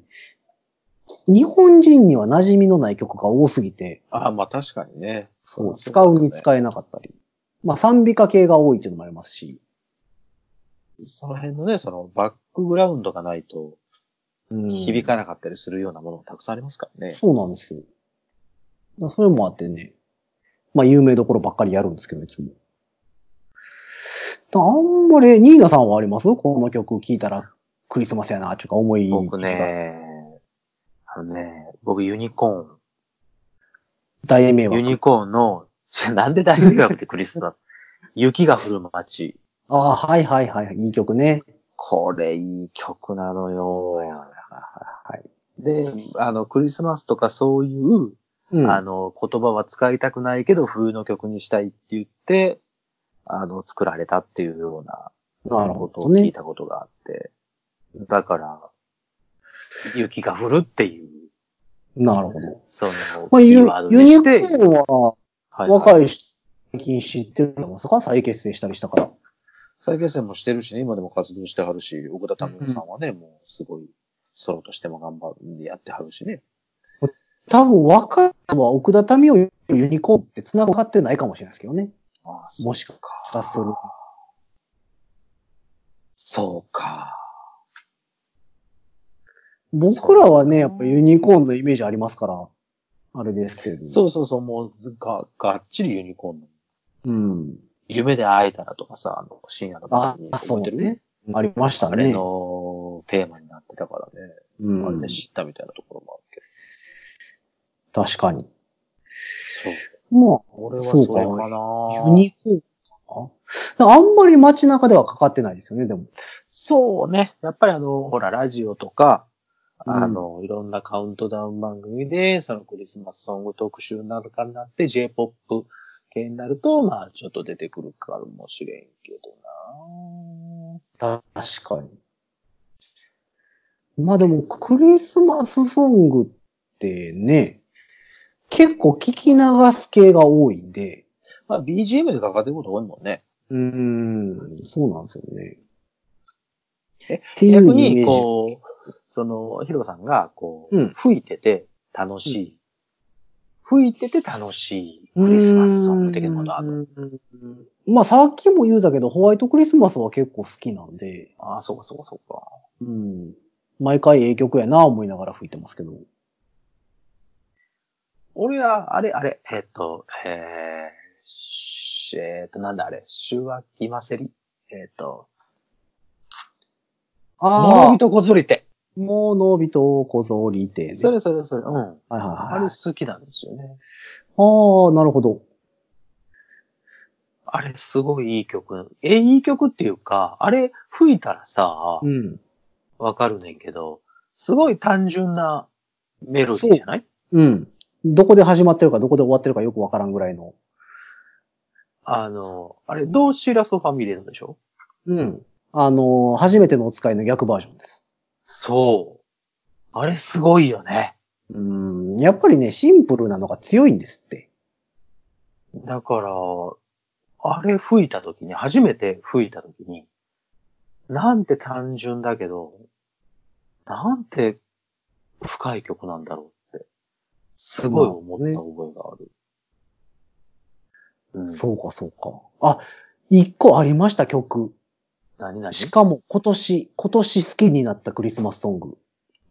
Speaker 2: 日本人には馴染みのない曲が多すぎて、
Speaker 3: あまあ確かにね。
Speaker 2: そう使うに使えなかったり。まあ、賛美歌系が多いっていうのもありますし。
Speaker 3: その辺のね、そのバックグラウンドがないと
Speaker 2: うん
Speaker 3: 響かなかったりするようなものもたくさんありますからね。
Speaker 2: そうなんですよ。だからそれもあってね。まあ、有名どころばっかりやるんですけど、いつも。だあんまり、ニーナさんはありますこの曲聴いたらクリスマスやな、とか思い。
Speaker 3: 僕。ね、あのね、僕ユニコ
Speaker 2: 大名
Speaker 3: ーン、ユ
Speaker 2: は。
Speaker 3: ニコーンの、 ちょなんで大迷惑ってクリスマ ス。雪が降る街。
Speaker 2: ああ、はいはいはい。いい曲ね。
Speaker 3: これいい曲なのよ。
Speaker 2: はい。
Speaker 3: で、あの、クリスマスとかそういう、
Speaker 2: うん。
Speaker 3: あの、言葉は使いたくないけど、冬の曲にしたいって言って、あの、作られたっていうような
Speaker 2: なるほ
Speaker 3: こと
Speaker 2: ど
Speaker 3: を聞い
Speaker 2: ね。
Speaker 3: たことがあって。だから、雪が降るっていう、
Speaker 2: なるほど。
Speaker 3: その、
Speaker 2: まあ、
Speaker 3: キ
Speaker 2: ユ
Speaker 3: ー
Speaker 2: ユ
Speaker 3: ワードに
Speaker 2: ニコ
Speaker 3: して、
Speaker 2: ーンは
Speaker 3: はいはい
Speaker 2: 若い人、最近知ってるのですか再結成したりしたから。
Speaker 3: 再結成もしてるしね、今でも活動してはるし、奥田民生さんはね、もうすごい、ソロとしても頑張ってやってはるしね。
Speaker 2: 多分若い人は奥田民生とユニコーンって繋がってないかもしれないですけどね。
Speaker 3: ああ
Speaker 2: もしかする。
Speaker 3: そうか。
Speaker 2: 僕らはね、やっぱユニコーンのイメージありますから、あれですけれども。
Speaker 3: そうそうそう、もう、が、がっちりユニコーンの。
Speaker 2: う。うん。
Speaker 3: 夢で会えたらとかさ、あの、深夜の
Speaker 2: あ
Speaker 3: 番組、
Speaker 2: あそう
Speaker 3: 覚えてる
Speaker 2: ね。ありました
Speaker 3: あれ
Speaker 2: ね。
Speaker 3: のテーマになってたからね。
Speaker 2: うん
Speaker 3: あれで知ったみたいなところもあるけ
Speaker 2: 確かに。
Speaker 3: ど。そう。
Speaker 2: ま
Speaker 3: 俺
Speaker 2: あ、
Speaker 3: は
Speaker 2: そ
Speaker 3: そうれ
Speaker 2: か。
Speaker 3: かな
Speaker 2: ユニコーンかなあんまり街中ではかかってないですよね、でも。
Speaker 3: そうね。やっぱりあの、ほら、ラジオとか、
Speaker 2: うん
Speaker 3: あの、いろんなカウントダウン番組で、そのクリスマスソング特集なんかになって、J-POP 系になると、まあ、ちょっと出てくるかもしれんけど
Speaker 2: 確かに。まあでも、クリスマスソングってね、結構聞き流す系が多いんで、
Speaker 3: なまあ、BGM でかかってること多いもんね。
Speaker 2: うん、そうなんですよね。
Speaker 3: え
Speaker 2: っていう
Speaker 3: 逆
Speaker 2: イメー
Speaker 3: に、
Speaker 2: ジ
Speaker 3: こう、その、ヒロさんが、こう、
Speaker 2: うん
Speaker 3: 吹いてて楽しい。吹いてて楽しいクリスマスソング的なものある。
Speaker 2: まあさっきも言うたけど、ホワイトクリスマスは結構好きなんで、
Speaker 3: ああ、そうかそうかそうか。
Speaker 2: うん。毎回ええ曲やな思いながら吹いてますけど。
Speaker 3: 俺は、あれ、あれ、えっと、えー、しえっと、なんだあれ、週明けませりえっと、もうび
Speaker 2: ああ、
Speaker 3: とこずりて。
Speaker 2: もうのびとこぞりて、ね。
Speaker 3: それそれそれ、うん。
Speaker 2: はいはい
Speaker 3: あ
Speaker 2: はい。あ
Speaker 3: れ好きなんですよね。
Speaker 2: あ、なるほど。
Speaker 3: あれ、すごいいい曲。え、いい曲っていうか、あれ、吹いたらさ、
Speaker 2: うん。
Speaker 3: わかるねんけど、すごい単純なメロディーじゃない
Speaker 2: うん。どこで始まってるかどこで終わってるかよくわからんぐらいの。
Speaker 3: あの、あれ、どうシーラソファミリーなんでしょ
Speaker 2: うん。あのー、初めてのお使いの逆バージョンです。
Speaker 3: そう。あれ、すごいよね。
Speaker 2: うん。やっぱりね、シンプルなのが強いんですって。
Speaker 3: だから、あれ吹いた時に、初めて吹いた時に、なんて単純だけど、なんて深い曲なんだろうって、すごい思った覚えがある。うん、
Speaker 2: そうか、そうか。あ、一個ありました、曲。
Speaker 3: 何何
Speaker 2: しかも今年、今年好きになったクリスマスソング。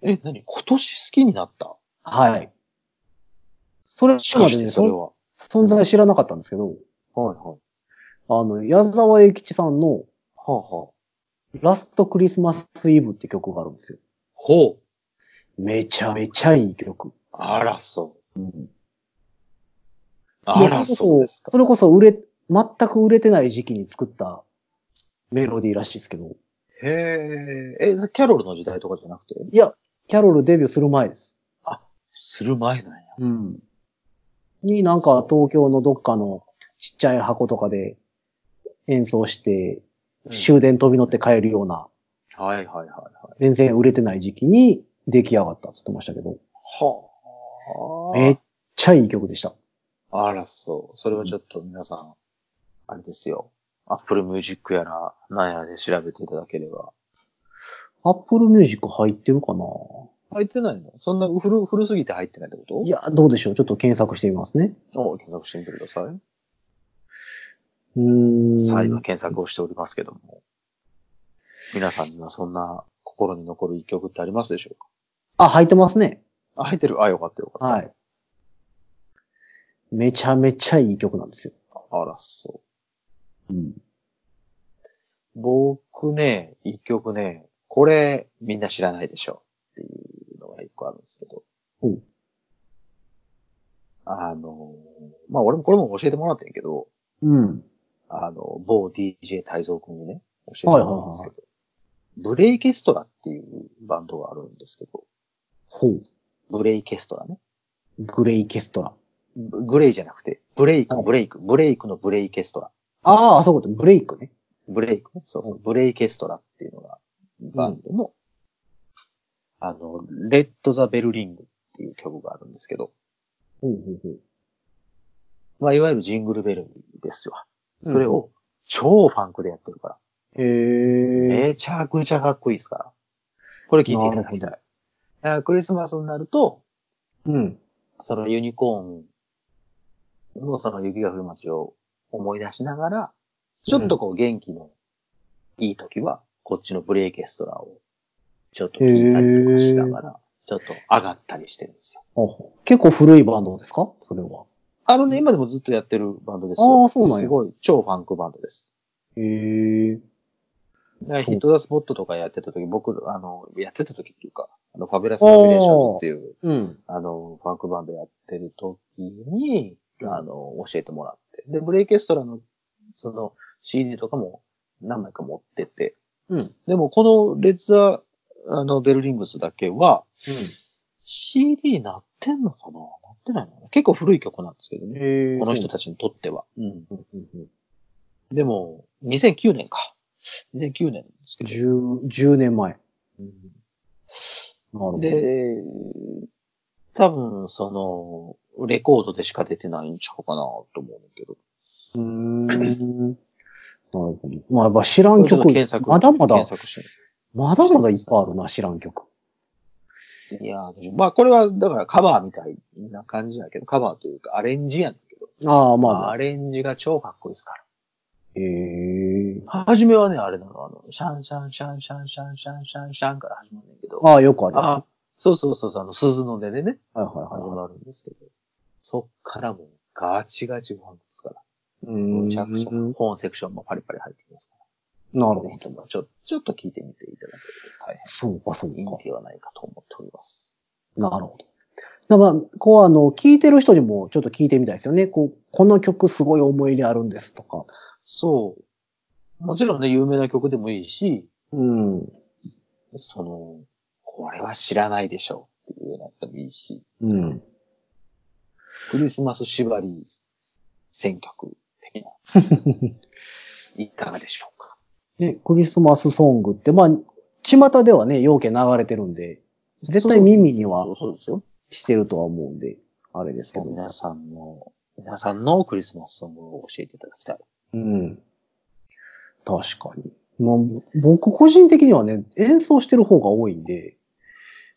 Speaker 3: え、何今年好きになった
Speaker 2: はい。それま
Speaker 3: もしか
Speaker 2: で
Speaker 3: し
Speaker 2: ね
Speaker 3: てそれは。
Speaker 2: そん存在知らなかったんですけど、
Speaker 3: はいはい。
Speaker 2: あの、矢沢永吉さんの
Speaker 3: はあはあ。
Speaker 2: ラストクリスマスイブって曲があるんですよ。
Speaker 3: ほう。
Speaker 2: めちゃめちゃいい曲。
Speaker 3: あらそう。
Speaker 2: も
Speaker 3: あ
Speaker 2: うそれ
Speaker 3: ら
Speaker 2: こそ
Speaker 3: そうですか。
Speaker 2: それこそ売れ、全く売れてない時期に作ったメロディーらしいですけど。
Speaker 3: へえ。え、キャロルの時代とかじゃなくて
Speaker 2: いや、キャロルデビューする前です。
Speaker 3: する前なんや。
Speaker 2: うん。になんか東京のどっかのちっちゃい箱とかで演奏して終電飛び乗って帰るような、
Speaker 3: はいはいはいはい。
Speaker 2: 全然売れてない時期に出来上がったって言ってましたけど、
Speaker 3: はあ。
Speaker 2: めっちゃいい曲でした。
Speaker 3: あらそう。それはちょっと皆さん、あれですよ。Apple Music やら、なんやで調べていただければ。
Speaker 2: アップルミュージック入ってるかな
Speaker 3: 入ってないのそんな古、古すぎて入ってないってこと
Speaker 2: い。や、どうでしょう。ちょっと検索してみますね。
Speaker 3: を検索してみてください。
Speaker 2: うーん。
Speaker 3: さあ、今検索をしておりますけども。皆さんにはそんな心に残る一曲ってありますでしょうか
Speaker 2: あ、入ってますね。
Speaker 3: あ、入ってる。あ、よかったよかった。
Speaker 2: はい。めちゃめちゃいい曲なんですよ。
Speaker 3: あら、そ
Speaker 2: うん。
Speaker 3: う。僕ね、一曲ね、これ、みんな知らないでしょうっていうのが一個あるんですけど。
Speaker 2: うん
Speaker 3: あの、まあ、俺もこれも教えてもらってんけど、
Speaker 2: うん。
Speaker 3: あの、某 DJ 太蔵くんにね、教えてもらったんですけど、ブレイケストラっていうバンドがあるんですけど、
Speaker 2: ほう。
Speaker 3: ブレイケストラね。
Speaker 2: グレイケストラ。
Speaker 3: ブグレイじゃなくて、ブレイク、
Speaker 2: はい
Speaker 3: ブレイク、ブレイクのブレイケストラ。
Speaker 2: ああ、あそこでブレイクね。
Speaker 3: ブレイクね。そう、ブレイケストラっていうのが、バンドの、あの、レッド・ザ・ベルリングっていう曲があるんですけど、
Speaker 2: ほうほうほう。
Speaker 3: まあ、いわゆるジングルベルですよ。
Speaker 2: うん
Speaker 3: それを超ファンクでやってるから。
Speaker 2: へえ。
Speaker 3: めちゃくちゃかっこいいですから。これ聞いていただ
Speaker 2: な
Speaker 3: きた。
Speaker 2: い
Speaker 3: だからクリスマスになると、
Speaker 2: うん。
Speaker 3: そのユニコーンのその雪が降る街を思い出しながら、ちょっとこう元気のいい時は、こっちのブレイケストラをちょっと聞いたりとかしながら、ちょっと上がったりしてるんですよ。
Speaker 2: ほうほう結構古いバンドですかそれは。
Speaker 3: あのね、今でもずっとやってるバンドです
Speaker 2: あーそうなんや
Speaker 3: すごい、超ファンクバンドです。
Speaker 2: へえ。
Speaker 3: だから
Speaker 2: そ
Speaker 3: ヒ
Speaker 2: う
Speaker 3: ットザスポットとかやってた時、僕、あの、やってた時っていうか、あの、ファベラスファビュレーションズっていう、
Speaker 2: うん。
Speaker 3: あの、ファンクバンドやってる時に、
Speaker 2: うん
Speaker 3: あの、教えてもらって。で、ブレイケストラの、その、CD とかも何枚か持ってて。
Speaker 2: うん。
Speaker 3: でも、このレッツア、あの、ベルリングスだけは、CD になってんのかななってないのかな結構古い曲なんですけどね。
Speaker 2: へえ。
Speaker 3: この人
Speaker 2: そ
Speaker 3: たちにとっては。うん。
Speaker 2: う。うんうんうん
Speaker 3: でも、2009年か。2009年なんですけど。
Speaker 2: 10、10年前。なる
Speaker 3: うん
Speaker 2: ほど。
Speaker 3: で、多分、その、レコードでしか出てないんちゃうかなと思うんだけど。
Speaker 2: うーん。なるほど。まあ、やっぱ知らん
Speaker 3: ちょっ
Speaker 2: 曲
Speaker 3: と、検索。
Speaker 2: まだまだ
Speaker 3: 検、索し
Speaker 2: まだまだいっぱいあるな、知らん曲。
Speaker 3: ていやー、まあこれは、だからカバーみたいな感じやけど、カバーというかアレンジやねんけど、
Speaker 2: ああ、
Speaker 3: ま
Speaker 2: ま
Speaker 3: あ
Speaker 2: あ、
Speaker 3: アレンジが超かっこいいですから。
Speaker 2: へえ。
Speaker 3: はじめはね、あれなの、あの、シャンシャンシャンシャンシャンシャンシャンシャンから始まるんだけど、
Speaker 2: ああ、よくあります。
Speaker 3: あ、そうそうそうそう、あの、鈴の音でね、
Speaker 2: はいはい
Speaker 3: 始
Speaker 2: は
Speaker 3: まるんですけど、そっからもうガチガチファンですから、
Speaker 2: い。う
Speaker 3: むちゃくちゃ、
Speaker 2: ーん
Speaker 3: 本セクションもパリパリ入ってきますから、
Speaker 2: なる
Speaker 3: ぜ
Speaker 2: ほ
Speaker 3: ひ
Speaker 2: ど。
Speaker 3: ともちょちょっと聞いてみていただけると大
Speaker 2: そうか、そう
Speaker 3: 変いいん
Speaker 2: か。
Speaker 3: ではないかと思っております。
Speaker 2: なるほど。だから、こう、あの、聞いてる人にもちょっと聞いてみたいですよね。こう、この曲すごい思い入れあるんですとか。
Speaker 3: そう。もちろんね、有名な曲でもいいし、
Speaker 2: うん。
Speaker 3: その、これは知らないでしょうっていうようなってもいいし、
Speaker 2: うん。
Speaker 3: クリスマス縛り選曲的 な。いかがでしょうか。
Speaker 2: ね、クリスマスソングって、まあ、巷ではね、要件流れてるんで、絶対耳には
Speaker 3: そうそうですよ。
Speaker 2: してるとは思うんで、あれですけど。
Speaker 3: 皆さんの、皆さんのクリスマスソングを教えていただきたい。
Speaker 2: うん。確かに。まあ、僕個人的にはね、演奏してる方が多いんで、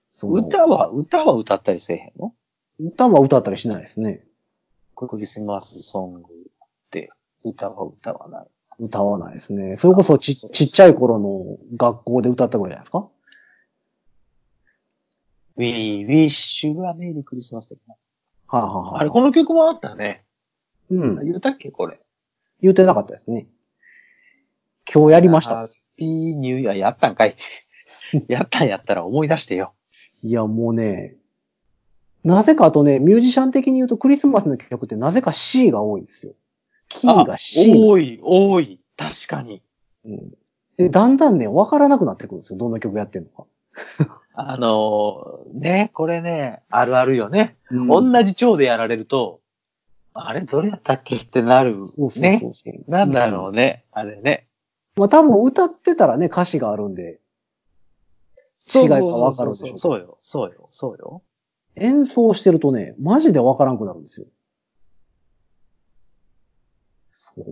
Speaker 2: その
Speaker 3: 歌は、歌は歌ったりせえへんの
Speaker 2: 歌は歌ったりしないですね。
Speaker 3: クリスマスソングって歌は歌わない。
Speaker 2: 歌わないですね。それこそち
Speaker 3: そう
Speaker 2: ちっちゃい頃の学校で歌ったぐらいじゃないですか
Speaker 3: We wish you a merry Christmas 的な。
Speaker 2: はいはいはい。
Speaker 3: あれ、この曲もあったね。
Speaker 2: うん。
Speaker 3: 言ったっけこれ。
Speaker 2: 言ってなかったですね。今日やりまし
Speaker 3: ハ
Speaker 2: た。
Speaker 3: ッピーニューイヤーやったんかい。 やったんやったら思い出してよ。
Speaker 2: いや、もうね、なぜかあとね、ミュージシャン的に言うとクリスマスの曲ってなぜか C が多いんですよ。キーが C。
Speaker 3: 多い、多い。確かに。
Speaker 2: うんでだんだんね、わからなくなってくるんですよ。どんな曲やってるのか。
Speaker 3: あのーね、これね、あるあるよね。
Speaker 2: 女
Speaker 3: 同じ蝶でやられると、あれ、どれやったっけってなる。
Speaker 2: そうそう
Speaker 3: ね
Speaker 2: そう。そう
Speaker 3: なんだろうね、あれね。
Speaker 2: まあ多分歌ってたらね、歌詞があるんで、違いがわかるでしょうけど
Speaker 3: そうよ、そうよ、そうよ。
Speaker 2: 演奏してるとね、マジでわからんくなるんですよ。そう。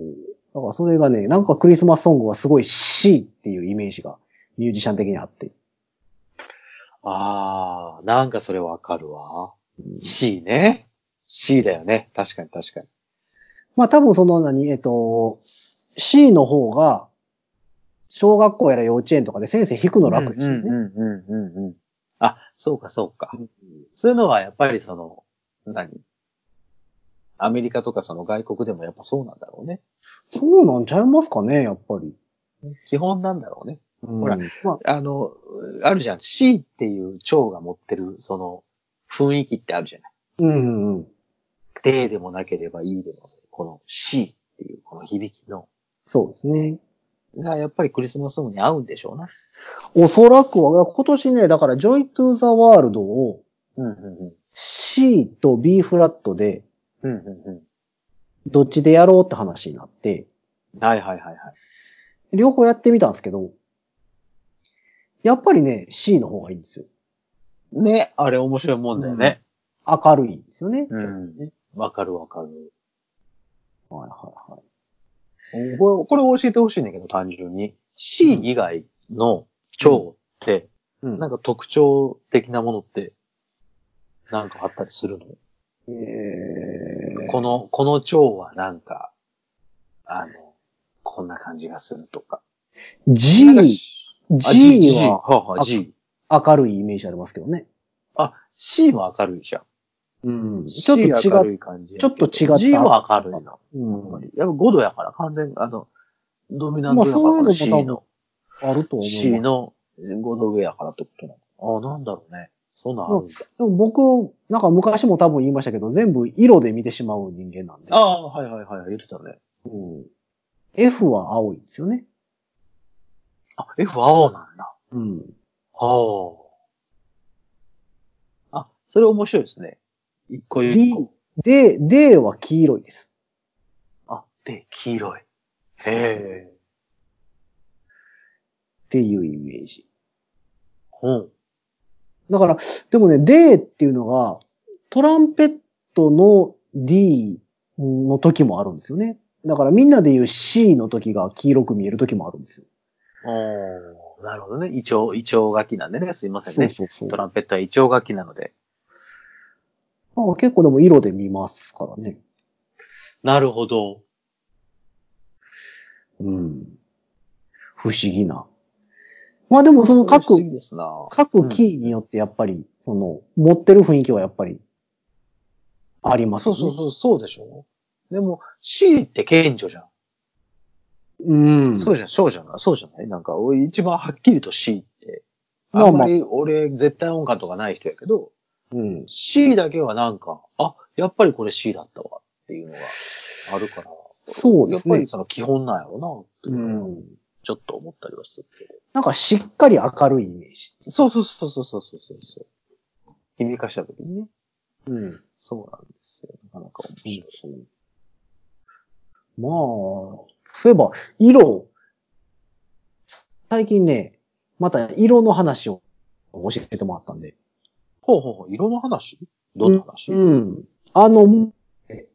Speaker 2: だからそれがね、なんかクリスマスソングはすごい C っていうイメージがミュージシャン的にあって。
Speaker 3: あー、なんかそれわかるわ。C ね。C だよね。確かに確かに。
Speaker 2: まあ多分その何、えっと、C の方が、小学校やら幼稚園とかで先生弾くの楽ですよ
Speaker 3: うん
Speaker 2: ね。
Speaker 3: うんうんうんうん。あ、そうかそうか。そういうのはやっぱりその、何アメリカとかその外国でもやっぱそうなんだろうね。
Speaker 2: そうなんちゃいますかね、やっぱり。
Speaker 3: 基本なんだろうね。
Speaker 2: ほ
Speaker 3: ら
Speaker 2: まあ、
Speaker 3: あの、あるじゃん。C っていう蝶が持ってる、その、雰囲気ってあるじゃない。
Speaker 2: うんうんうん。
Speaker 3: ででもなければいいでもない。この C っていう、この響きの。
Speaker 2: そうですね。
Speaker 3: がやっぱりクリスマスソングに合うんでしょうな。
Speaker 2: おそらくは、今年ね、だから Joy to the World を
Speaker 3: うんうん
Speaker 2: C と B フラットで、
Speaker 3: うん。うんうんう
Speaker 2: どっちでやろうって話になって、
Speaker 3: ん。はいはいはいはい。
Speaker 2: 両方やってみたんですけど、やっぱりね、C の方がいいんですよ。
Speaker 3: ね、あれ面白いもんだよね。
Speaker 2: 明るいんですよね。
Speaker 3: ん。わかるわかる。
Speaker 2: はいはいはい。
Speaker 3: これ、これを教えてほしいんだけど、単純に。C 以外の蝶って、
Speaker 2: うん
Speaker 3: なんか特徴的なものって、なんかあったりするの、
Speaker 2: えー
Speaker 3: この、この蝶はなんか、あの、こんな感じがするとか。なんか
Speaker 2: G、
Speaker 3: しあ
Speaker 2: G は
Speaker 3: はあはあ G。
Speaker 2: 明るいイメージありますけどね。
Speaker 3: あ、C も明るいじゃん。
Speaker 2: うんちょっと
Speaker 3: C
Speaker 2: 違
Speaker 3: 明
Speaker 2: う。
Speaker 3: るい感じ。
Speaker 2: ちょっと違った
Speaker 3: G も明るいな。やっ
Speaker 2: うん
Speaker 3: ぱりやっぱ5度やから、完全、あの、ドミナントやか
Speaker 2: まあそういうの
Speaker 3: ら
Speaker 2: も
Speaker 3: C
Speaker 2: 多分
Speaker 3: の。
Speaker 2: あると思い
Speaker 3: C
Speaker 2: ます。
Speaker 3: の5度上やからってことなのああ、なんだろうね。そんなんあるんだ。
Speaker 2: でも僕、なんか昔も多分言いましたけど、全部色で見てしまう人間なんで。
Speaker 3: ああ、はいはいはい、言ってたね。
Speaker 2: うん F は青いんですよね。
Speaker 3: あ、F 青なんだ。
Speaker 2: うん。
Speaker 3: 青。あ、それ面白いですね。一個一
Speaker 2: D
Speaker 3: 個。、
Speaker 2: D、D は黄色いです。
Speaker 3: あ、で、黄色い。へえ。
Speaker 2: っていうイメージ。
Speaker 3: うん。
Speaker 2: だから、でもね、D っていうのが、トランペットの D の時もあるんですよね。だからみんなで言う C の時が黄色く見える時もあるんですよ。
Speaker 3: おーなるほどね。イチョウ、イチョウ楽器なんでね。すいませんね。
Speaker 2: そうそうそ
Speaker 3: ト
Speaker 2: う。
Speaker 3: ランペットはイチョウ楽器なので。
Speaker 2: まあ、結構でも色で見ますからね。
Speaker 3: なるほど。
Speaker 2: うん。不思議な。まあでもその
Speaker 3: 不思
Speaker 2: 各
Speaker 3: 議ですな。
Speaker 2: 各キーによってやっぱり、その、持ってる雰囲気はやっぱり、あります
Speaker 3: そ
Speaker 2: よ
Speaker 3: う
Speaker 2: ね。
Speaker 3: そうそう、そうでしょでも、C って顕著じゃん。
Speaker 2: うん。
Speaker 3: そうじゃん、そうじゃない、そうじゃないなんか、俺一番はっきりと C って。
Speaker 2: ま
Speaker 3: あ
Speaker 2: あ
Speaker 3: ん
Speaker 2: まあ
Speaker 3: まり俺絶対音感とかない人やけど、
Speaker 2: うん。
Speaker 3: C だけはなんか、あ、やっぱりこれ C だったわっていうのがあるから、
Speaker 2: そうで
Speaker 3: やっ
Speaker 2: す
Speaker 3: ぱ
Speaker 2: ね
Speaker 3: り。その基本なんやろうな、
Speaker 2: うん。
Speaker 3: ちょっと思ったりはするけど。
Speaker 2: なんかしっかり明るいイメージ。
Speaker 3: そうそうそうそうそうそうそうそう。響かした時にね。
Speaker 2: うん。
Speaker 3: そうなんですよ。なかなか面白い。
Speaker 2: まあ、そういえば、色、最近ね、また色の話を教えてもらったんで。
Speaker 3: ほうほうほう、色の話どんな話、
Speaker 2: うん。あの、え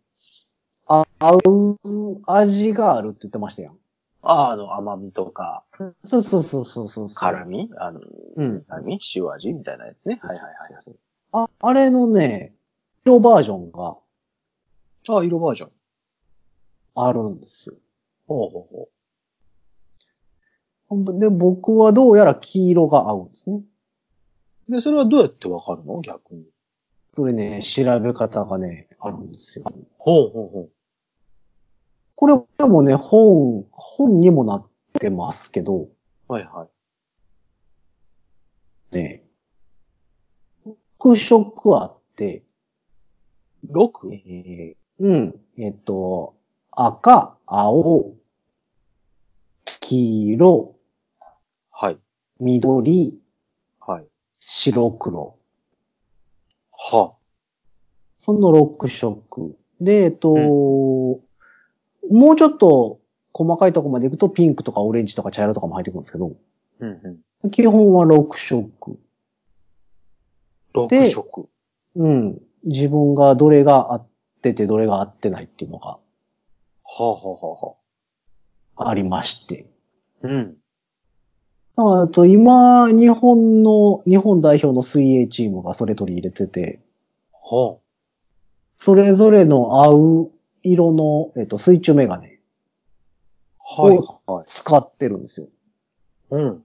Speaker 2: あ合う味があるって言ってましたやん。
Speaker 3: ああ、あの、甘みとか、
Speaker 2: そうそうそうそうそうそう。
Speaker 3: 辛みあの、
Speaker 2: うん。
Speaker 3: 何塩味みたいなやつね。はいはいはい。
Speaker 2: あ、あれのね、色バージョンが
Speaker 3: ああ、色バージョン。
Speaker 2: あるんですよ。
Speaker 3: ほうほうほ
Speaker 2: で、僕はどうやら黄色が合うんですね。
Speaker 3: う。で、それはどうやってわかるの逆に。
Speaker 2: それね、調べ方がね、あるんですよ。
Speaker 3: ほうほうほう。
Speaker 2: これでもね、本、本にもなってますけど、
Speaker 3: はいはい。
Speaker 2: ね、6色あって、
Speaker 3: 六
Speaker 2: うん、えっと、赤、青、黄色、
Speaker 3: はい。
Speaker 2: 緑、
Speaker 3: はい。
Speaker 2: 白黒。
Speaker 3: は
Speaker 2: その6色。で、えっと、もうちょっと細かいとこまで行くとピンクとかオレンジとか茶色とかも入ってくるんですけど、
Speaker 3: あ。うんうん。
Speaker 2: 基本は6色。
Speaker 3: 六色。
Speaker 2: うん。自分がどれが合っててどれが合ってないっていうのが
Speaker 3: はあはあはあは
Speaker 2: ありまして。
Speaker 3: あ。うん。
Speaker 2: だからあと今、日本の、日本代表の水泳チームがそれ取り入れてて、
Speaker 3: は
Speaker 2: それぞれの合う色の、えっと、水中メガネ
Speaker 3: あ。はいはい。
Speaker 2: 使ってるんですよ。
Speaker 3: うん。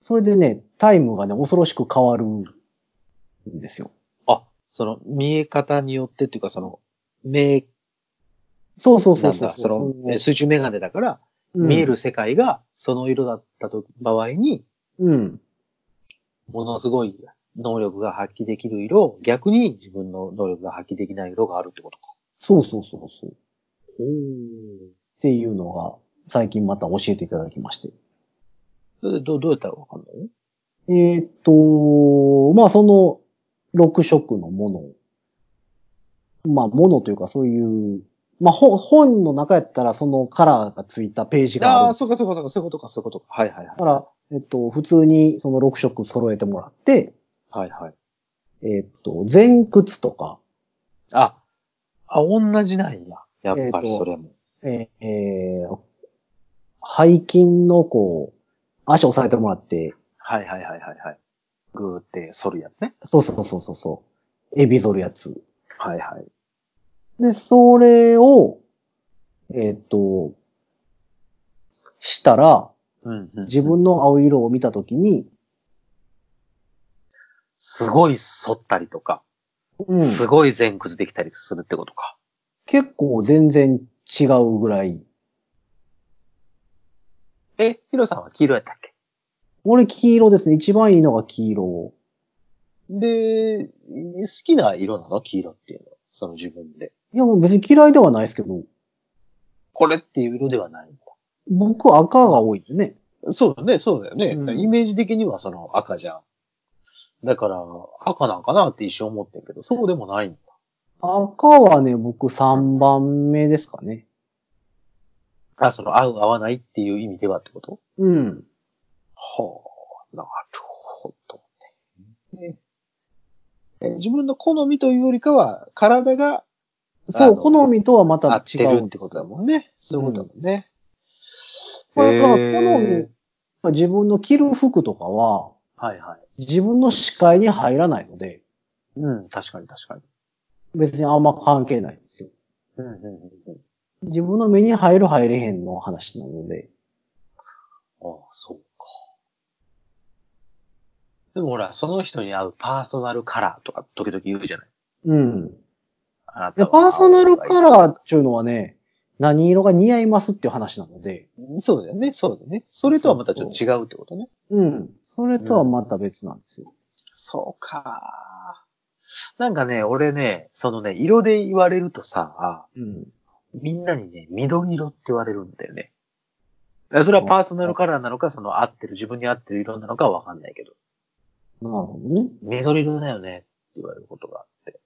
Speaker 2: それでね、タイムがね、恐ろしく変わるんですよ。
Speaker 3: あ、その、見え方によってっていうか、その、目
Speaker 2: そうそうそ
Speaker 3: な
Speaker 2: うんそう
Speaker 3: だ。その、え水中メガネだから、
Speaker 2: うん
Speaker 3: 見える世界がその色だったと場合に、
Speaker 2: うん。
Speaker 3: ものすごい能力が発揮できる色、逆に自分の能力が発揮できない色があるってことか。
Speaker 2: そうそうそうそう。っ
Speaker 3: お
Speaker 2: ていうのが、最近また教えていただきまして。
Speaker 3: お。どう、どうやったらわかんない
Speaker 2: えーっと、まあその6色のものをまあものというかそういう、まあ本本の中やったらそのカラーがついたページがあ
Speaker 3: あ
Speaker 2: る
Speaker 3: あ、。そうかそうかそうか、そういうことか、そういうことか。はいはい
Speaker 2: だか
Speaker 3: は
Speaker 2: ら、えっと、普通にその6色揃えてもらって、
Speaker 3: い。はいはい。
Speaker 2: えーっと、前屈とか、
Speaker 3: あ、あ、同じなんや。やっぱ
Speaker 2: えー
Speaker 3: り
Speaker 2: と
Speaker 3: それも。
Speaker 2: えーえー背筋のこう、足を押さえてもらって、
Speaker 3: はいはいはいはいはい。グーって反るやつね。
Speaker 2: そうそうそうそうそう、エビ反るやつ。
Speaker 3: はいはい。
Speaker 2: で、それを、えーっ、と、したら、
Speaker 3: うん、うん。
Speaker 2: 自分の青色を見たときに、
Speaker 3: すごい反ったりとか、
Speaker 2: うん
Speaker 3: すごい前屈できたりするってことか。
Speaker 2: 結構全然違うぐらい。
Speaker 3: え、ヒロさんは黄色やったっけ
Speaker 2: 俺黄色ですね。一番いいのが黄色。
Speaker 3: で、好きな色なの黄色っていうのは。その自分で。
Speaker 2: いや、もう別に嫌いではないですけど、
Speaker 3: これっていう色ではないん
Speaker 2: 僕赤が多いんでね。
Speaker 3: だ。そうだね、そうだよね。
Speaker 2: うん
Speaker 3: イメージ的にはその赤じゃん。だから、赤なんかなって一瞬思ってんけど、そうでもないんだ。
Speaker 2: 赤はね、僕3番目ですかね。
Speaker 3: あ、その合う合わないっていう意味ではってこと
Speaker 2: うん。
Speaker 3: はあ、なるほどね。えー自分の好みというよりかは、体があ
Speaker 2: そ
Speaker 3: の
Speaker 2: う、好みとはまた違う。
Speaker 3: 合ってるってことだもんね。そういうことだもんね。
Speaker 2: まあだから
Speaker 3: へー
Speaker 2: 好みまあ自分の着る服とかは、
Speaker 3: はいはい。
Speaker 2: 自分の視界に入らないので、
Speaker 3: うん、確かに確かに。
Speaker 2: 別にあんま関係ないんですよ。
Speaker 3: うんうんうんうん。
Speaker 2: 自分の目に入る入れへんの話なので。
Speaker 3: ああ、そうか。でもほら、その人に合うパーソナルカラーとか時々言うじゃない
Speaker 2: うん。
Speaker 3: あな
Speaker 2: い
Speaker 3: た
Speaker 2: や
Speaker 3: は
Speaker 2: パーソナルカ
Speaker 3: 青
Speaker 2: ラー
Speaker 3: がいい
Speaker 2: っていうのはね、何色が似合いますっていう話なので、
Speaker 3: そうだよね、そうだよね。それとはまたちょっと違うってことね。
Speaker 2: うん。それとはまた別なんですよ。
Speaker 3: そうか。なんかね、俺ね、そのね、色で言われるとさ、
Speaker 2: うん。
Speaker 3: みんなにね、緑色って言われるんだよね。だからそれはパーソナルカラーなのか、その合ってる、自分に合ってる色なのかはわかんないけど、
Speaker 2: なるほどね。
Speaker 3: 緑色だよねって言われることがあって。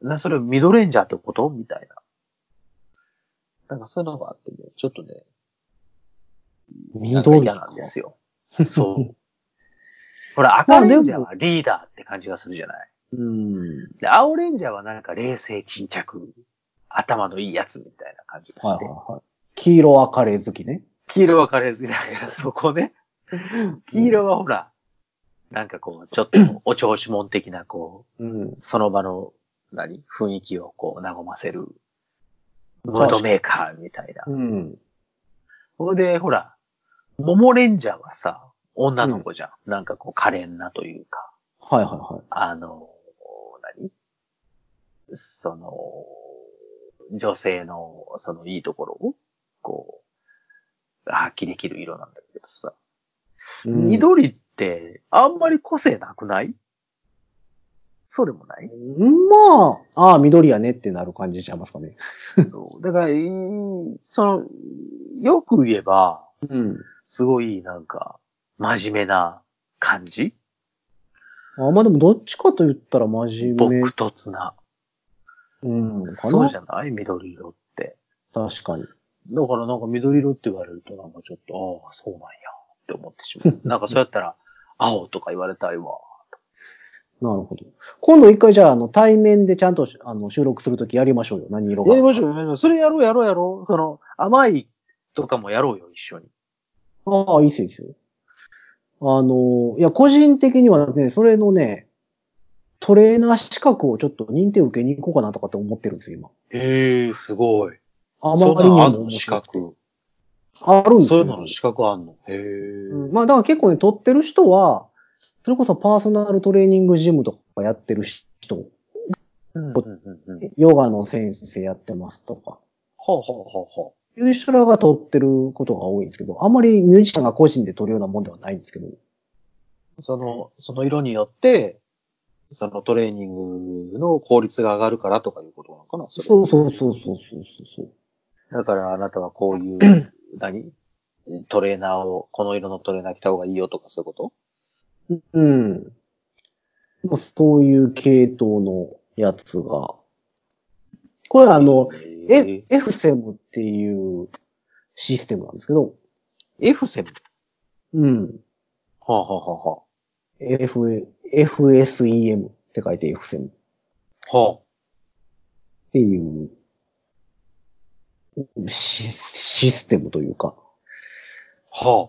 Speaker 3: な、それミドレンジャーってことみたいな。なんかそういうのがあってね、ちょっとね、なんか
Speaker 2: 緑
Speaker 3: 嫌なんですよ。そう。ほら、赤レンジャーはリーダーって感じがするじゃない
Speaker 2: うん。
Speaker 3: で、青レンジャーはなんか冷静沈着、頭のいいやつみたいな感じが
Speaker 2: は
Speaker 3: し
Speaker 2: い
Speaker 3: て。
Speaker 2: はいはい。黄色はカレー好きね。
Speaker 3: 黄色はカレー好きだからそこね。黄色はほら、なんかこう、ちょっとお調子者的なこ
Speaker 2: うん
Speaker 3: う、。その場の、何雰囲気をこう、和ませる、ムードメーカーみたいな。
Speaker 2: うん。
Speaker 3: それで、ほら、桃レンジャーはさ、女の子じゃん。なんかこう、可憐なというか、
Speaker 2: はいはいは
Speaker 3: あの、何その、女性の、そのいいところを、こう、発揮できる色なんだけどさ。
Speaker 2: い。うん
Speaker 3: 緑って、あんまり個性なくないそうでもない
Speaker 2: まあ、ああ、緑やねってなる感じちゃいますかね。
Speaker 3: そうだから、いいその、よく言えば、
Speaker 2: うん。
Speaker 3: すごい、なんか、真面目な感じ
Speaker 2: あまあでも、どっちかと言ったら真面目
Speaker 3: 朴。突な。
Speaker 2: うん。か
Speaker 3: そう
Speaker 2: な
Speaker 3: じゃない緑色って。
Speaker 2: 確かに。
Speaker 3: だからなんか緑色って言われるとなんかちょっと、ああ、そうなんやって思ってしま う。なんかそうやったら、青とか言われたいわ。
Speaker 2: なるほど。今度一回じゃあ、あの、対面でちゃんとしあの収録するときやりましょうよ。何色が。
Speaker 3: やりまし
Speaker 2: ょ
Speaker 3: ょう、やりましょう。それやろう、やろう、やろう。その、甘いとかもやろうよ、一緒に。
Speaker 2: う。ああ、いいっすよ、いいっすよ。あの、いや、個人的にはね、それのね、トレーナー資格をちょっと認定受けに行こうかなとかって思ってるんですよ、今。
Speaker 3: へえ、すごい。
Speaker 2: あ
Speaker 3: そん
Speaker 2: ま
Speaker 3: な
Speaker 2: りに
Speaker 3: の
Speaker 2: も
Speaker 3: あん
Speaker 2: 面
Speaker 3: の資
Speaker 2: 白くて
Speaker 3: 格。
Speaker 2: あるんです
Speaker 3: そう
Speaker 2: よ。
Speaker 3: いうのの資格あんのへえ。
Speaker 2: まあだから結構ね、撮ってる人は、それこそパーソナルトレーニングジムとかやってる人、
Speaker 3: うんうんうんうん。は
Speaker 2: ヨガの先生やってますとか、
Speaker 3: あはあはあは
Speaker 2: いう人らが撮ってることが多いんですけど、あんまりミュージシャンが個人で撮るようなもんではないんですけど、
Speaker 3: あ。その、その色によって、そのトレーニングの効率が上がるからとかいうことなのかなそれ
Speaker 2: そうそうそうそうそうそう
Speaker 3: だからあなたはこういう、何トレーナーを、この色のトレーナー着た方がいいよとかそういうこ
Speaker 2: そう。うん。まあそういう系統のやつが、これはあの、
Speaker 3: と
Speaker 2: え、FSEM っていうシステムなんですけど、
Speaker 3: F セブ
Speaker 2: うん。
Speaker 3: はあはあは
Speaker 2: F、FSEM って書いて FSEM っ
Speaker 3: あはあ。は
Speaker 2: ていうシシステムというか。
Speaker 3: あ。はあ。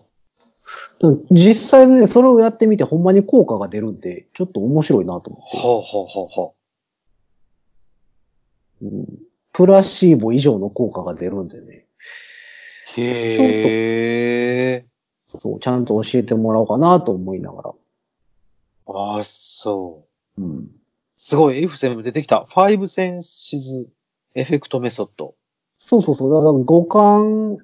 Speaker 2: 実際ね、それをやってみてほんまに効果が出るんで、ちょっと面白いなと思
Speaker 3: はあはあは
Speaker 2: う。うん、プラシーボ以上の効果が出るんでね。
Speaker 3: あ。へえ。
Speaker 2: そう、ちゃんと教えてもらおうかなと思いながら。
Speaker 3: ああ、そう。
Speaker 2: うん。
Speaker 3: すごい、F セブ出てきた。ファイブセンシズエフェクトメソッド。
Speaker 2: そうそうそう。だから五感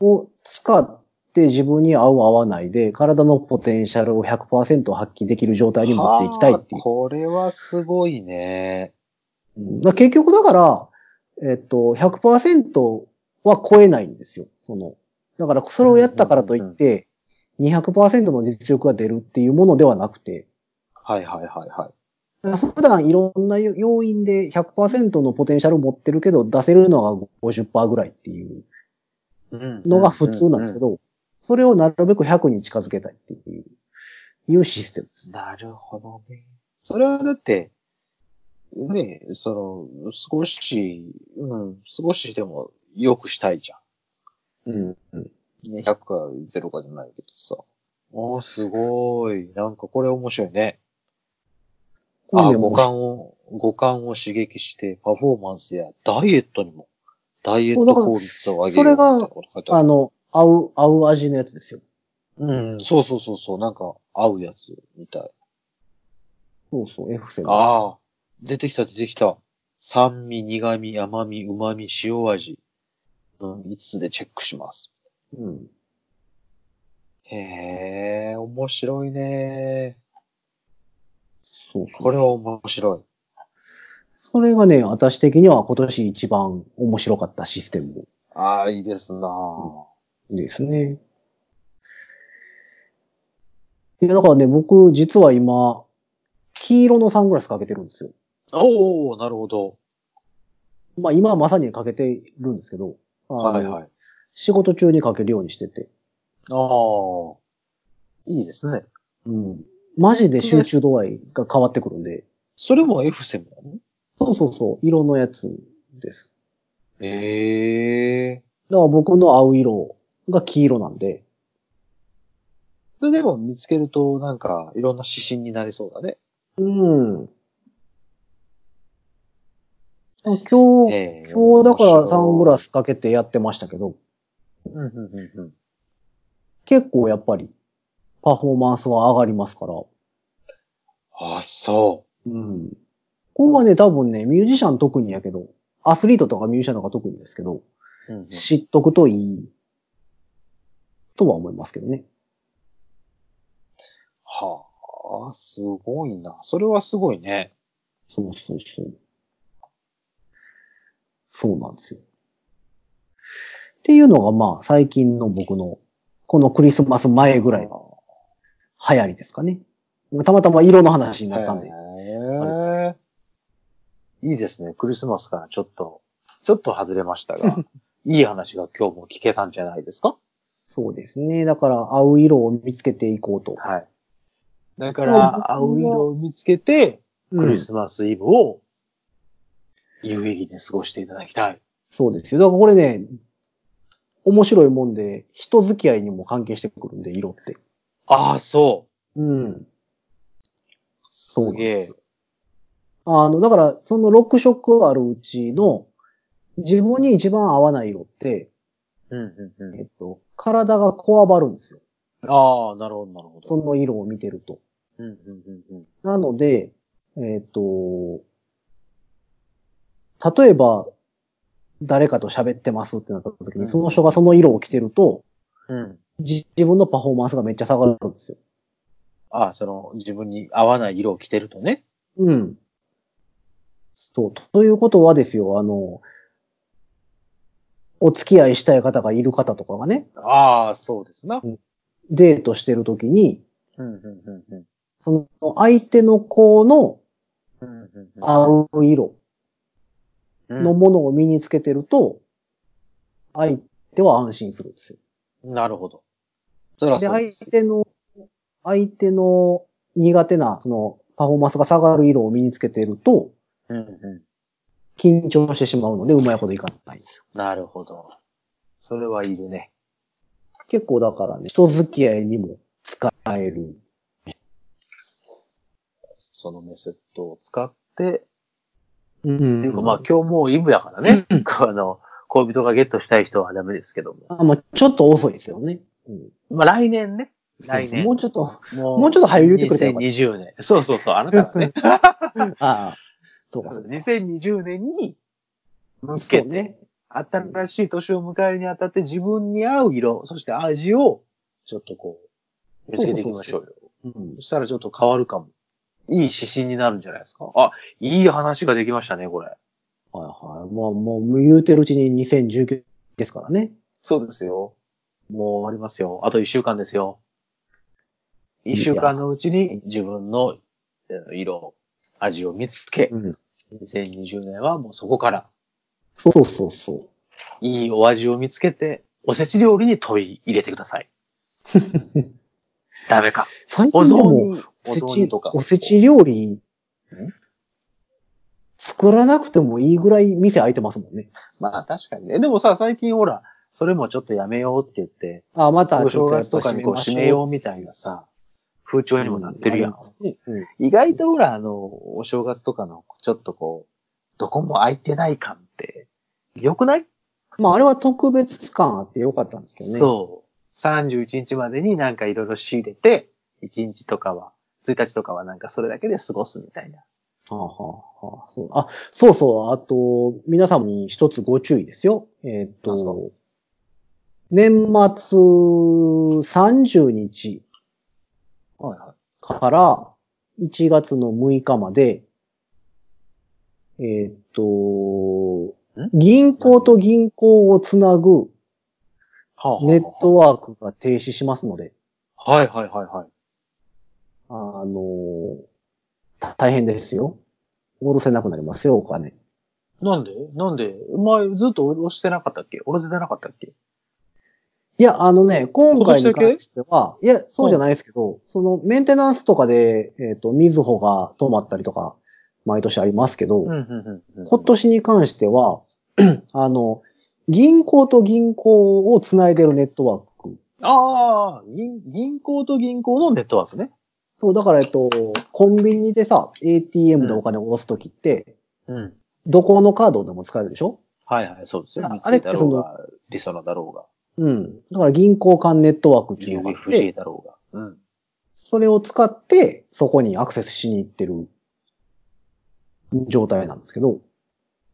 Speaker 2: を使って自分に合う合わないで、体のポテンシャルを100%発揮できる状態に持っていきたいっていう
Speaker 3: はあ。これはすごいね。
Speaker 2: うんだから結局だから、えっと、100%は超えないんですよ。その、だからそれをやったからといって、200%の実力が出るっていうものではなくて、
Speaker 3: はいはいはいはい。
Speaker 2: 普段いろんな要因で100%のポテンシャルを持ってるけど、出せるのが50%ぐらいっていう
Speaker 3: うん
Speaker 2: のが普通なんですけ
Speaker 3: ど。
Speaker 2: ど、それをなるべく100に近づけたいっていう、いうシステムです。
Speaker 3: なるほどね。それはだって、ね、その、少し、うん、少しでも良くしたいじゃ
Speaker 2: うん。うん。
Speaker 3: ん。ね、100か0かじゃないけどさ。ああ、すごい。なんかこれ面白いね。あ、五
Speaker 2: も
Speaker 3: 感を、五感を刺激して、パフォーマンスやダイエットにも、ダイエッ
Speaker 2: そうだ
Speaker 3: ト
Speaker 2: から
Speaker 3: 効率を上げる。
Speaker 2: それが
Speaker 3: みたいなこと書いてある
Speaker 2: あの、合う、合う味のやつですよ。
Speaker 3: うん、そうそうそうそう、なんか、合うやつみたい。
Speaker 2: そうそう、F 線。
Speaker 3: ああ、出てきた出てきた。酸味、苦味、甘味、旨味、塩味。うん、5つでチェックします。
Speaker 2: うん。
Speaker 3: へえ、面白いね。
Speaker 2: そうそう。
Speaker 3: これは面白
Speaker 2: それがね、私的には今年一番面白かったシステム
Speaker 3: い。ああ、いいですなぁ
Speaker 2: ですね。いや、だからね、僕、実は今、黄色のサングラスかけてるんですよ。
Speaker 3: おおなるほど。
Speaker 2: まあ今はまさにかけてるんですけど、あの
Speaker 3: はいはい。
Speaker 2: 仕事中にかけるようにしてて、
Speaker 3: ああ、いいですね。
Speaker 2: うん。マジで集中度合いが変わってくるんで、
Speaker 3: それも F 線なの
Speaker 2: そうそうそう、色のやつです。
Speaker 3: ええ
Speaker 2: だから僕の合う色が黄色なんで、
Speaker 3: それでも見つけると、なんか、いろんな指針になりそうだね。
Speaker 2: うん。あ今日、
Speaker 3: ええ
Speaker 2: 今日だからサングラ
Speaker 3: ス。
Speaker 2: スかけてやってましたけど、
Speaker 3: うんうんうんうん
Speaker 2: 結構やっぱりパフォーマンスは上がりますから。
Speaker 3: あ、そ
Speaker 2: うん。ここはね、多分ね、ミュージシャン特にやけど、アスリートとかミュージシャンとか特にですけど、
Speaker 3: う。うんうん
Speaker 2: 知っとくといい、とは思いますけどね。
Speaker 3: はあ、すごいな。それはすごいね。
Speaker 2: そうそうそう。そうなんですよ。っていうのがまあ、最近の僕の、このクリスマス前ぐらいの流行りですかね。たまたま色の話になったんで。
Speaker 3: へえいいですね。クリスマスからちょっと、ちょっと外れました が、いい話が今日も聞けたんじゃないですか
Speaker 2: そうですね。だから、合う色を見つけていこうと。
Speaker 3: はい。だか
Speaker 2: でも僕
Speaker 3: ら、
Speaker 2: は
Speaker 3: 青色を見つけて、ク
Speaker 2: うん
Speaker 3: リスマスイブを、有意義に過ごしていただきたい。
Speaker 2: そうですよ。だからこれね、面白いもんで、人付き合いにも関係してくるんで、色って。
Speaker 3: ああ、そ
Speaker 2: うん。
Speaker 3: う。
Speaker 2: そうな
Speaker 3: す
Speaker 2: ん
Speaker 3: げ
Speaker 2: で
Speaker 3: え
Speaker 2: すよ。あの、だから、その6色あるうちの、自分に一番合わない色って、
Speaker 3: うんうんう
Speaker 2: え
Speaker 3: ん。
Speaker 2: っと、体がこわばるんですよ。
Speaker 3: ああ、なるほど、なるほ
Speaker 2: そ
Speaker 3: ど。
Speaker 2: の色を見てると。
Speaker 3: うんうんうんうん。
Speaker 2: なので、えっと、例えば、誰かと喋ってますってなった時
Speaker 3: う
Speaker 2: に、
Speaker 3: ん
Speaker 2: その人がその色を着てると、
Speaker 3: うん。
Speaker 2: じ自分のパフォーマンスがめっちゃ下がるんですよ。
Speaker 3: ああ、その、自分に合わない色を着てるとね。
Speaker 2: うん。そう。ということはですよ、あの、お付き合いしたい方がいる方とかがね、
Speaker 3: ああ、そうですな。
Speaker 2: デートしてるときに、
Speaker 3: うんうんうんうん。
Speaker 2: その相手の子の
Speaker 3: うんうんうん
Speaker 2: 合う色のものを身につけてると、相手は安心するんですよ。
Speaker 3: うんなるほど。そら
Speaker 2: で、
Speaker 3: そう
Speaker 2: 相
Speaker 3: です。
Speaker 2: 手の、相手の苦手な、その、パフォーマンスが下がる色を身につけてると、
Speaker 3: うんう
Speaker 2: 緊張してしまうので、うまいこといかないんですよ
Speaker 3: ん。なるほど。それはいるね。
Speaker 2: 結構だからね、人付き合いにも使える。
Speaker 3: そのメソッドを使って、
Speaker 2: うん
Speaker 3: っていうか、まあ今日もうイブだからね。こうあの、恋人がゲットしたい人はダメですけども。
Speaker 2: あ、まあ、ちょっと遅いですよね。うん、
Speaker 3: まあ来年ね。来年。
Speaker 2: もうちょっと、
Speaker 3: も
Speaker 2: もうちょっと早い言うてくれたらよかっ
Speaker 3: 2020年。そうそうそう、あなたがね。
Speaker 2: ああ、そうか、そうか。
Speaker 3: 2020年に向
Speaker 2: そ
Speaker 3: け
Speaker 2: う
Speaker 3: て、
Speaker 2: ね。
Speaker 3: 新しい年を迎えるにあたって自分に合う色、そして味を、ちょっとこう、見つけていきましょうよ。
Speaker 2: うん
Speaker 3: そしたらちょっと変わるかも。いい指針になるんじゃないですか。あ、いい話ができましたね、これ。
Speaker 2: はいはい。まあ、もう言うてるうちに2019ですからね。
Speaker 3: そうですよ。もう終わりますよ。あと一週間ですよ。一週間のうちに自分のえー色、味を見つけ、
Speaker 2: ん。
Speaker 3: 2020年はもうそこから
Speaker 2: そうそうそう。
Speaker 3: いいお味を見つけて、おせち料理に問い入れてくだ さい。ダメか。
Speaker 2: 最
Speaker 3: お
Speaker 2: 近で
Speaker 3: 雑
Speaker 2: も、
Speaker 3: 煮、
Speaker 2: お
Speaker 3: お
Speaker 2: せ
Speaker 3: 雑
Speaker 2: ち
Speaker 3: 煮とか。、
Speaker 2: おせち料理、作らなくてもいいぐらい店開いてますもんね。
Speaker 3: まあ確かにね。でもさ、最近ほら、それもちょっとやめようって言って、
Speaker 2: あ、また
Speaker 3: お
Speaker 2: ちょ
Speaker 3: 正
Speaker 2: っとやっぱ
Speaker 3: 月とかにこう閉めようみたいなさ、風潮にもなってるやん。
Speaker 2: ねうん
Speaker 3: 意外とほら、あの、お正月とかの、ちょっとこう、どこも空いてない感って、良くない、
Speaker 2: まあ、あれは特別感あってよかったんですけどね。
Speaker 3: そう。31日までになんかいろいろ仕入れて、1日とかは、1日とかはなんかそれだけで過ごすみたいな。
Speaker 2: はあはあはあ、そうあ、そうそう。あと、皆様に一つご注意ですよ。えーっ
Speaker 3: なんすか
Speaker 2: と、年末30日
Speaker 3: はいは
Speaker 2: から1月の6日まで、えーっと
Speaker 3: ん、
Speaker 2: 銀行と銀行をつなぐ
Speaker 3: あはあはあ
Speaker 2: ネットワークが停止しますので、
Speaker 3: はいはいはいはい。
Speaker 2: あの、た大変ですよ。下ろせなくなりますよ、お金。
Speaker 3: なんでなんで前ずっと押してなかったっけ押してなかったっけ
Speaker 2: いや、あのね、今回に
Speaker 3: 今年だけ
Speaker 2: 関しては、いや、そうじゃないですけど、そのメンテナンスとかで、えっ、と、みずほが止まったりとか、毎年ありますけど、
Speaker 3: んうんう
Speaker 2: 今年に関しては、 あの、銀行と銀行をつないでるネットワーク。
Speaker 3: ああ、銀銀行と銀行のネットワークね。
Speaker 2: そう、だから、えっと、コンビニでさ、ATM でお金を下ろすときって、
Speaker 3: うん。
Speaker 2: どこのカードでも使えるでしょ
Speaker 3: はいはい、そうですよ。
Speaker 2: あ
Speaker 3: 三井だ
Speaker 2: あれって
Speaker 3: ろ
Speaker 2: そうの
Speaker 3: が、理想のだろうが、
Speaker 2: うん。だから銀行間ネットワークっていうのがあって
Speaker 3: UFJ だろうが。うん。
Speaker 2: それを使って、そこにアクセスしに行ってる状態なんですけど、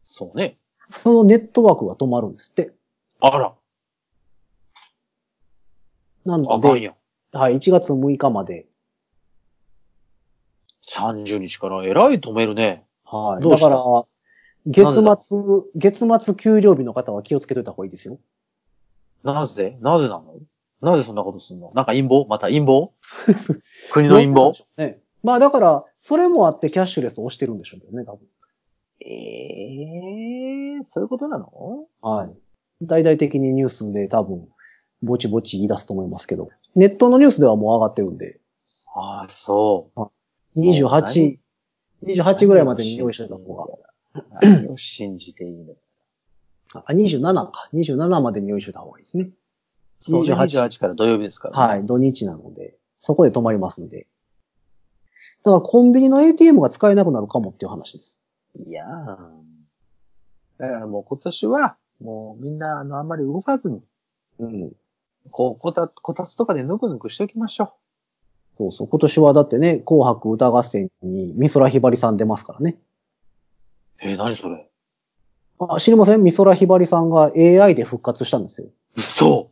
Speaker 3: そうね。
Speaker 2: そのネットワークが止まるんですって。
Speaker 3: あら、
Speaker 2: な
Speaker 3: あ
Speaker 2: の
Speaker 3: かん
Speaker 2: で、
Speaker 3: やん。
Speaker 2: はい、1月6日まで。
Speaker 3: 30日からえらい止めるね。
Speaker 2: はい。
Speaker 3: どう
Speaker 2: だ
Speaker 3: した
Speaker 2: から、
Speaker 3: なんでだ
Speaker 2: 月末、月末給料日の方は気をつけといた方がいいですよ。
Speaker 3: なぜなぜなのなぜそんなことすんのなんか陰謀また陰 謀国の陰謀
Speaker 2: ね。まあだから、それもあってキャッシュレスを押してるんでしょうけどね、多分。
Speaker 3: ええー、そういうことなの
Speaker 2: はい。大々的にニュースで多分、ぼちぼち言い出すと思いますけど。ネットのニュースではもう上がってるんで、
Speaker 3: ああ、そう。
Speaker 2: 28、28ぐらいまでに用意してた方が。
Speaker 3: 何を信じていいの
Speaker 2: あ、27か。27までに用意してた方がいいですね。28
Speaker 3: 28から土曜日ですから、
Speaker 2: はい、。土日なので、そこで止まりますので。だからコンビニの ATM が使えなくなるかもっていう話です。
Speaker 3: いやーだからもう今年は、もうみんな、あの、あんまり動かずに、
Speaker 2: うん。
Speaker 3: こう、こた、こたつとかでぬくぬくしておきましょ
Speaker 2: そうそう。今年はだってね、紅白歌合戦に美空ひばりさん出ますからね。
Speaker 3: う。えー、何それ
Speaker 2: あ、知りません美空ひばりさんが AI で復活したんですよ。
Speaker 3: 嘘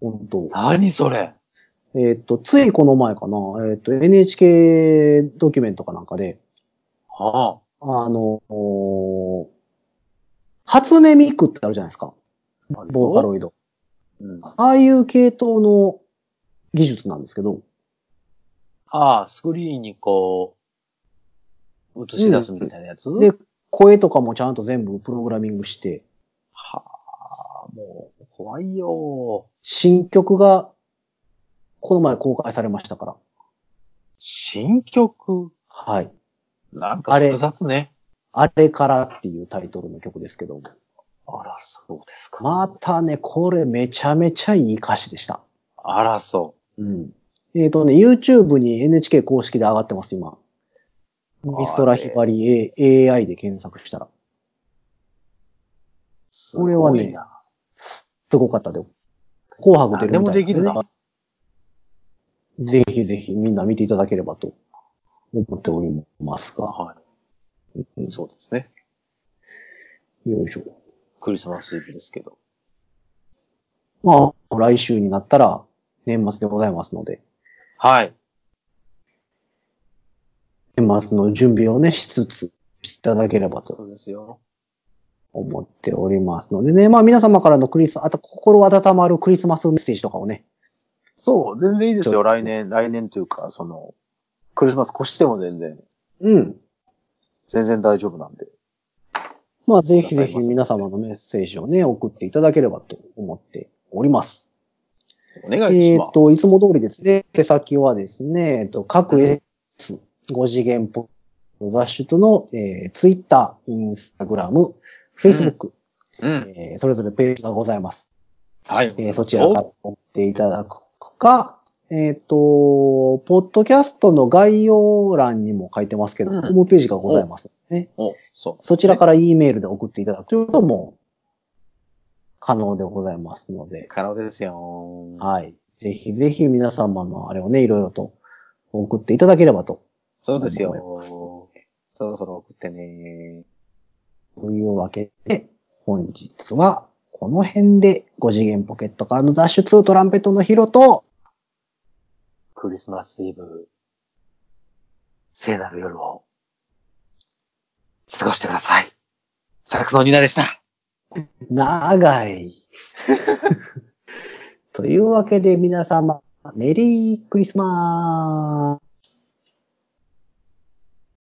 Speaker 2: 本当。
Speaker 3: 何それ
Speaker 2: えーっと、ついこの前かな、えーっと、NHK ドキュメントかなんかで、
Speaker 3: は
Speaker 2: あのー初音ミクってあるじゃないですか。
Speaker 3: あ。
Speaker 2: ボーカロイド。
Speaker 3: うん、あ
Speaker 2: ああいう系統の技術なんですけど、
Speaker 3: あ、スクリーンにこう、映し出すみたいなやつ、
Speaker 2: で、声とかもちゃんと全部プログラミングして、
Speaker 3: はあ、もう、怖いよ
Speaker 2: 新曲が、この前公開されましたから。
Speaker 3: 新曲
Speaker 2: はい。
Speaker 3: なんか
Speaker 2: あれ
Speaker 3: 複雑ね。
Speaker 2: あれからっていうタイトルの曲ですけども。
Speaker 3: あら、そうですか。
Speaker 2: またね、これめちゃめちゃいい歌詞でした。
Speaker 3: あら、そ
Speaker 2: うん。えっ、とね、YouTube に NHK 公式で上がってます、今。
Speaker 3: う。
Speaker 2: ミストラヒバリ A- AI で検索したら。
Speaker 3: す
Speaker 2: こ
Speaker 3: ごい
Speaker 2: れ
Speaker 3: な。
Speaker 2: はねすごかったで。紅白出るみたい
Speaker 3: 何でもできるな
Speaker 2: ぜひぜひみんな見ていただければと思っておりますが。
Speaker 3: は
Speaker 2: うん
Speaker 3: い。そうですね。
Speaker 2: よいしょ。
Speaker 3: クリスマスイブですけど。
Speaker 2: まあ、来週になったら年末でございますので、
Speaker 3: はい。
Speaker 2: 年末の準備をね、しつついただければと
Speaker 3: そうですよ。
Speaker 2: 思っておりますのでね。まあ皆様からのクリス、あと心温まるクリスマスメッセージとかをね。
Speaker 3: そう、全然いいです
Speaker 2: そう
Speaker 3: よ。
Speaker 2: です
Speaker 3: 来年、来年というか、その、クリスマス越しても全然、
Speaker 2: うん。
Speaker 3: 全然大丈夫なんで。
Speaker 2: まあぜひぜひ皆様のメッセージをね、送っていただければと思っております。
Speaker 3: お願い
Speaker 2: え
Speaker 3: し
Speaker 2: ー
Speaker 3: ま
Speaker 2: っ
Speaker 3: す。
Speaker 2: と、いつも通りですね、手先はですね、えっと、各 S5 次元ポ雑誌との、えー、ツイッター、インスタグラム、フェイスブック、
Speaker 3: うん。
Speaker 2: えーそれぞれページがございます。
Speaker 3: はい。
Speaker 2: えーそちらから追っていただくか、えっ、と、ポッドキャストの概要欄にも書いてますけど、
Speaker 3: うん
Speaker 2: ホームページがございますのでね。
Speaker 3: お、そう。
Speaker 2: そちらから E メールで送っていただくということも可能でございますので、
Speaker 3: 可能ですよ。
Speaker 2: はい。ぜひぜひ皆様のあれをね、いろいろと送っていただければと
Speaker 3: そうですよ
Speaker 2: 思います。
Speaker 3: そろそろ送ってね。
Speaker 2: というわけで、本日はこの辺で5次元ポケットからの脱出トランペットのヒロと、
Speaker 3: クリスマスイブ、聖なる夜を、過ごしてください。サックスのニーナでした。
Speaker 2: 長い。 というわけで皆様、メリークリスマス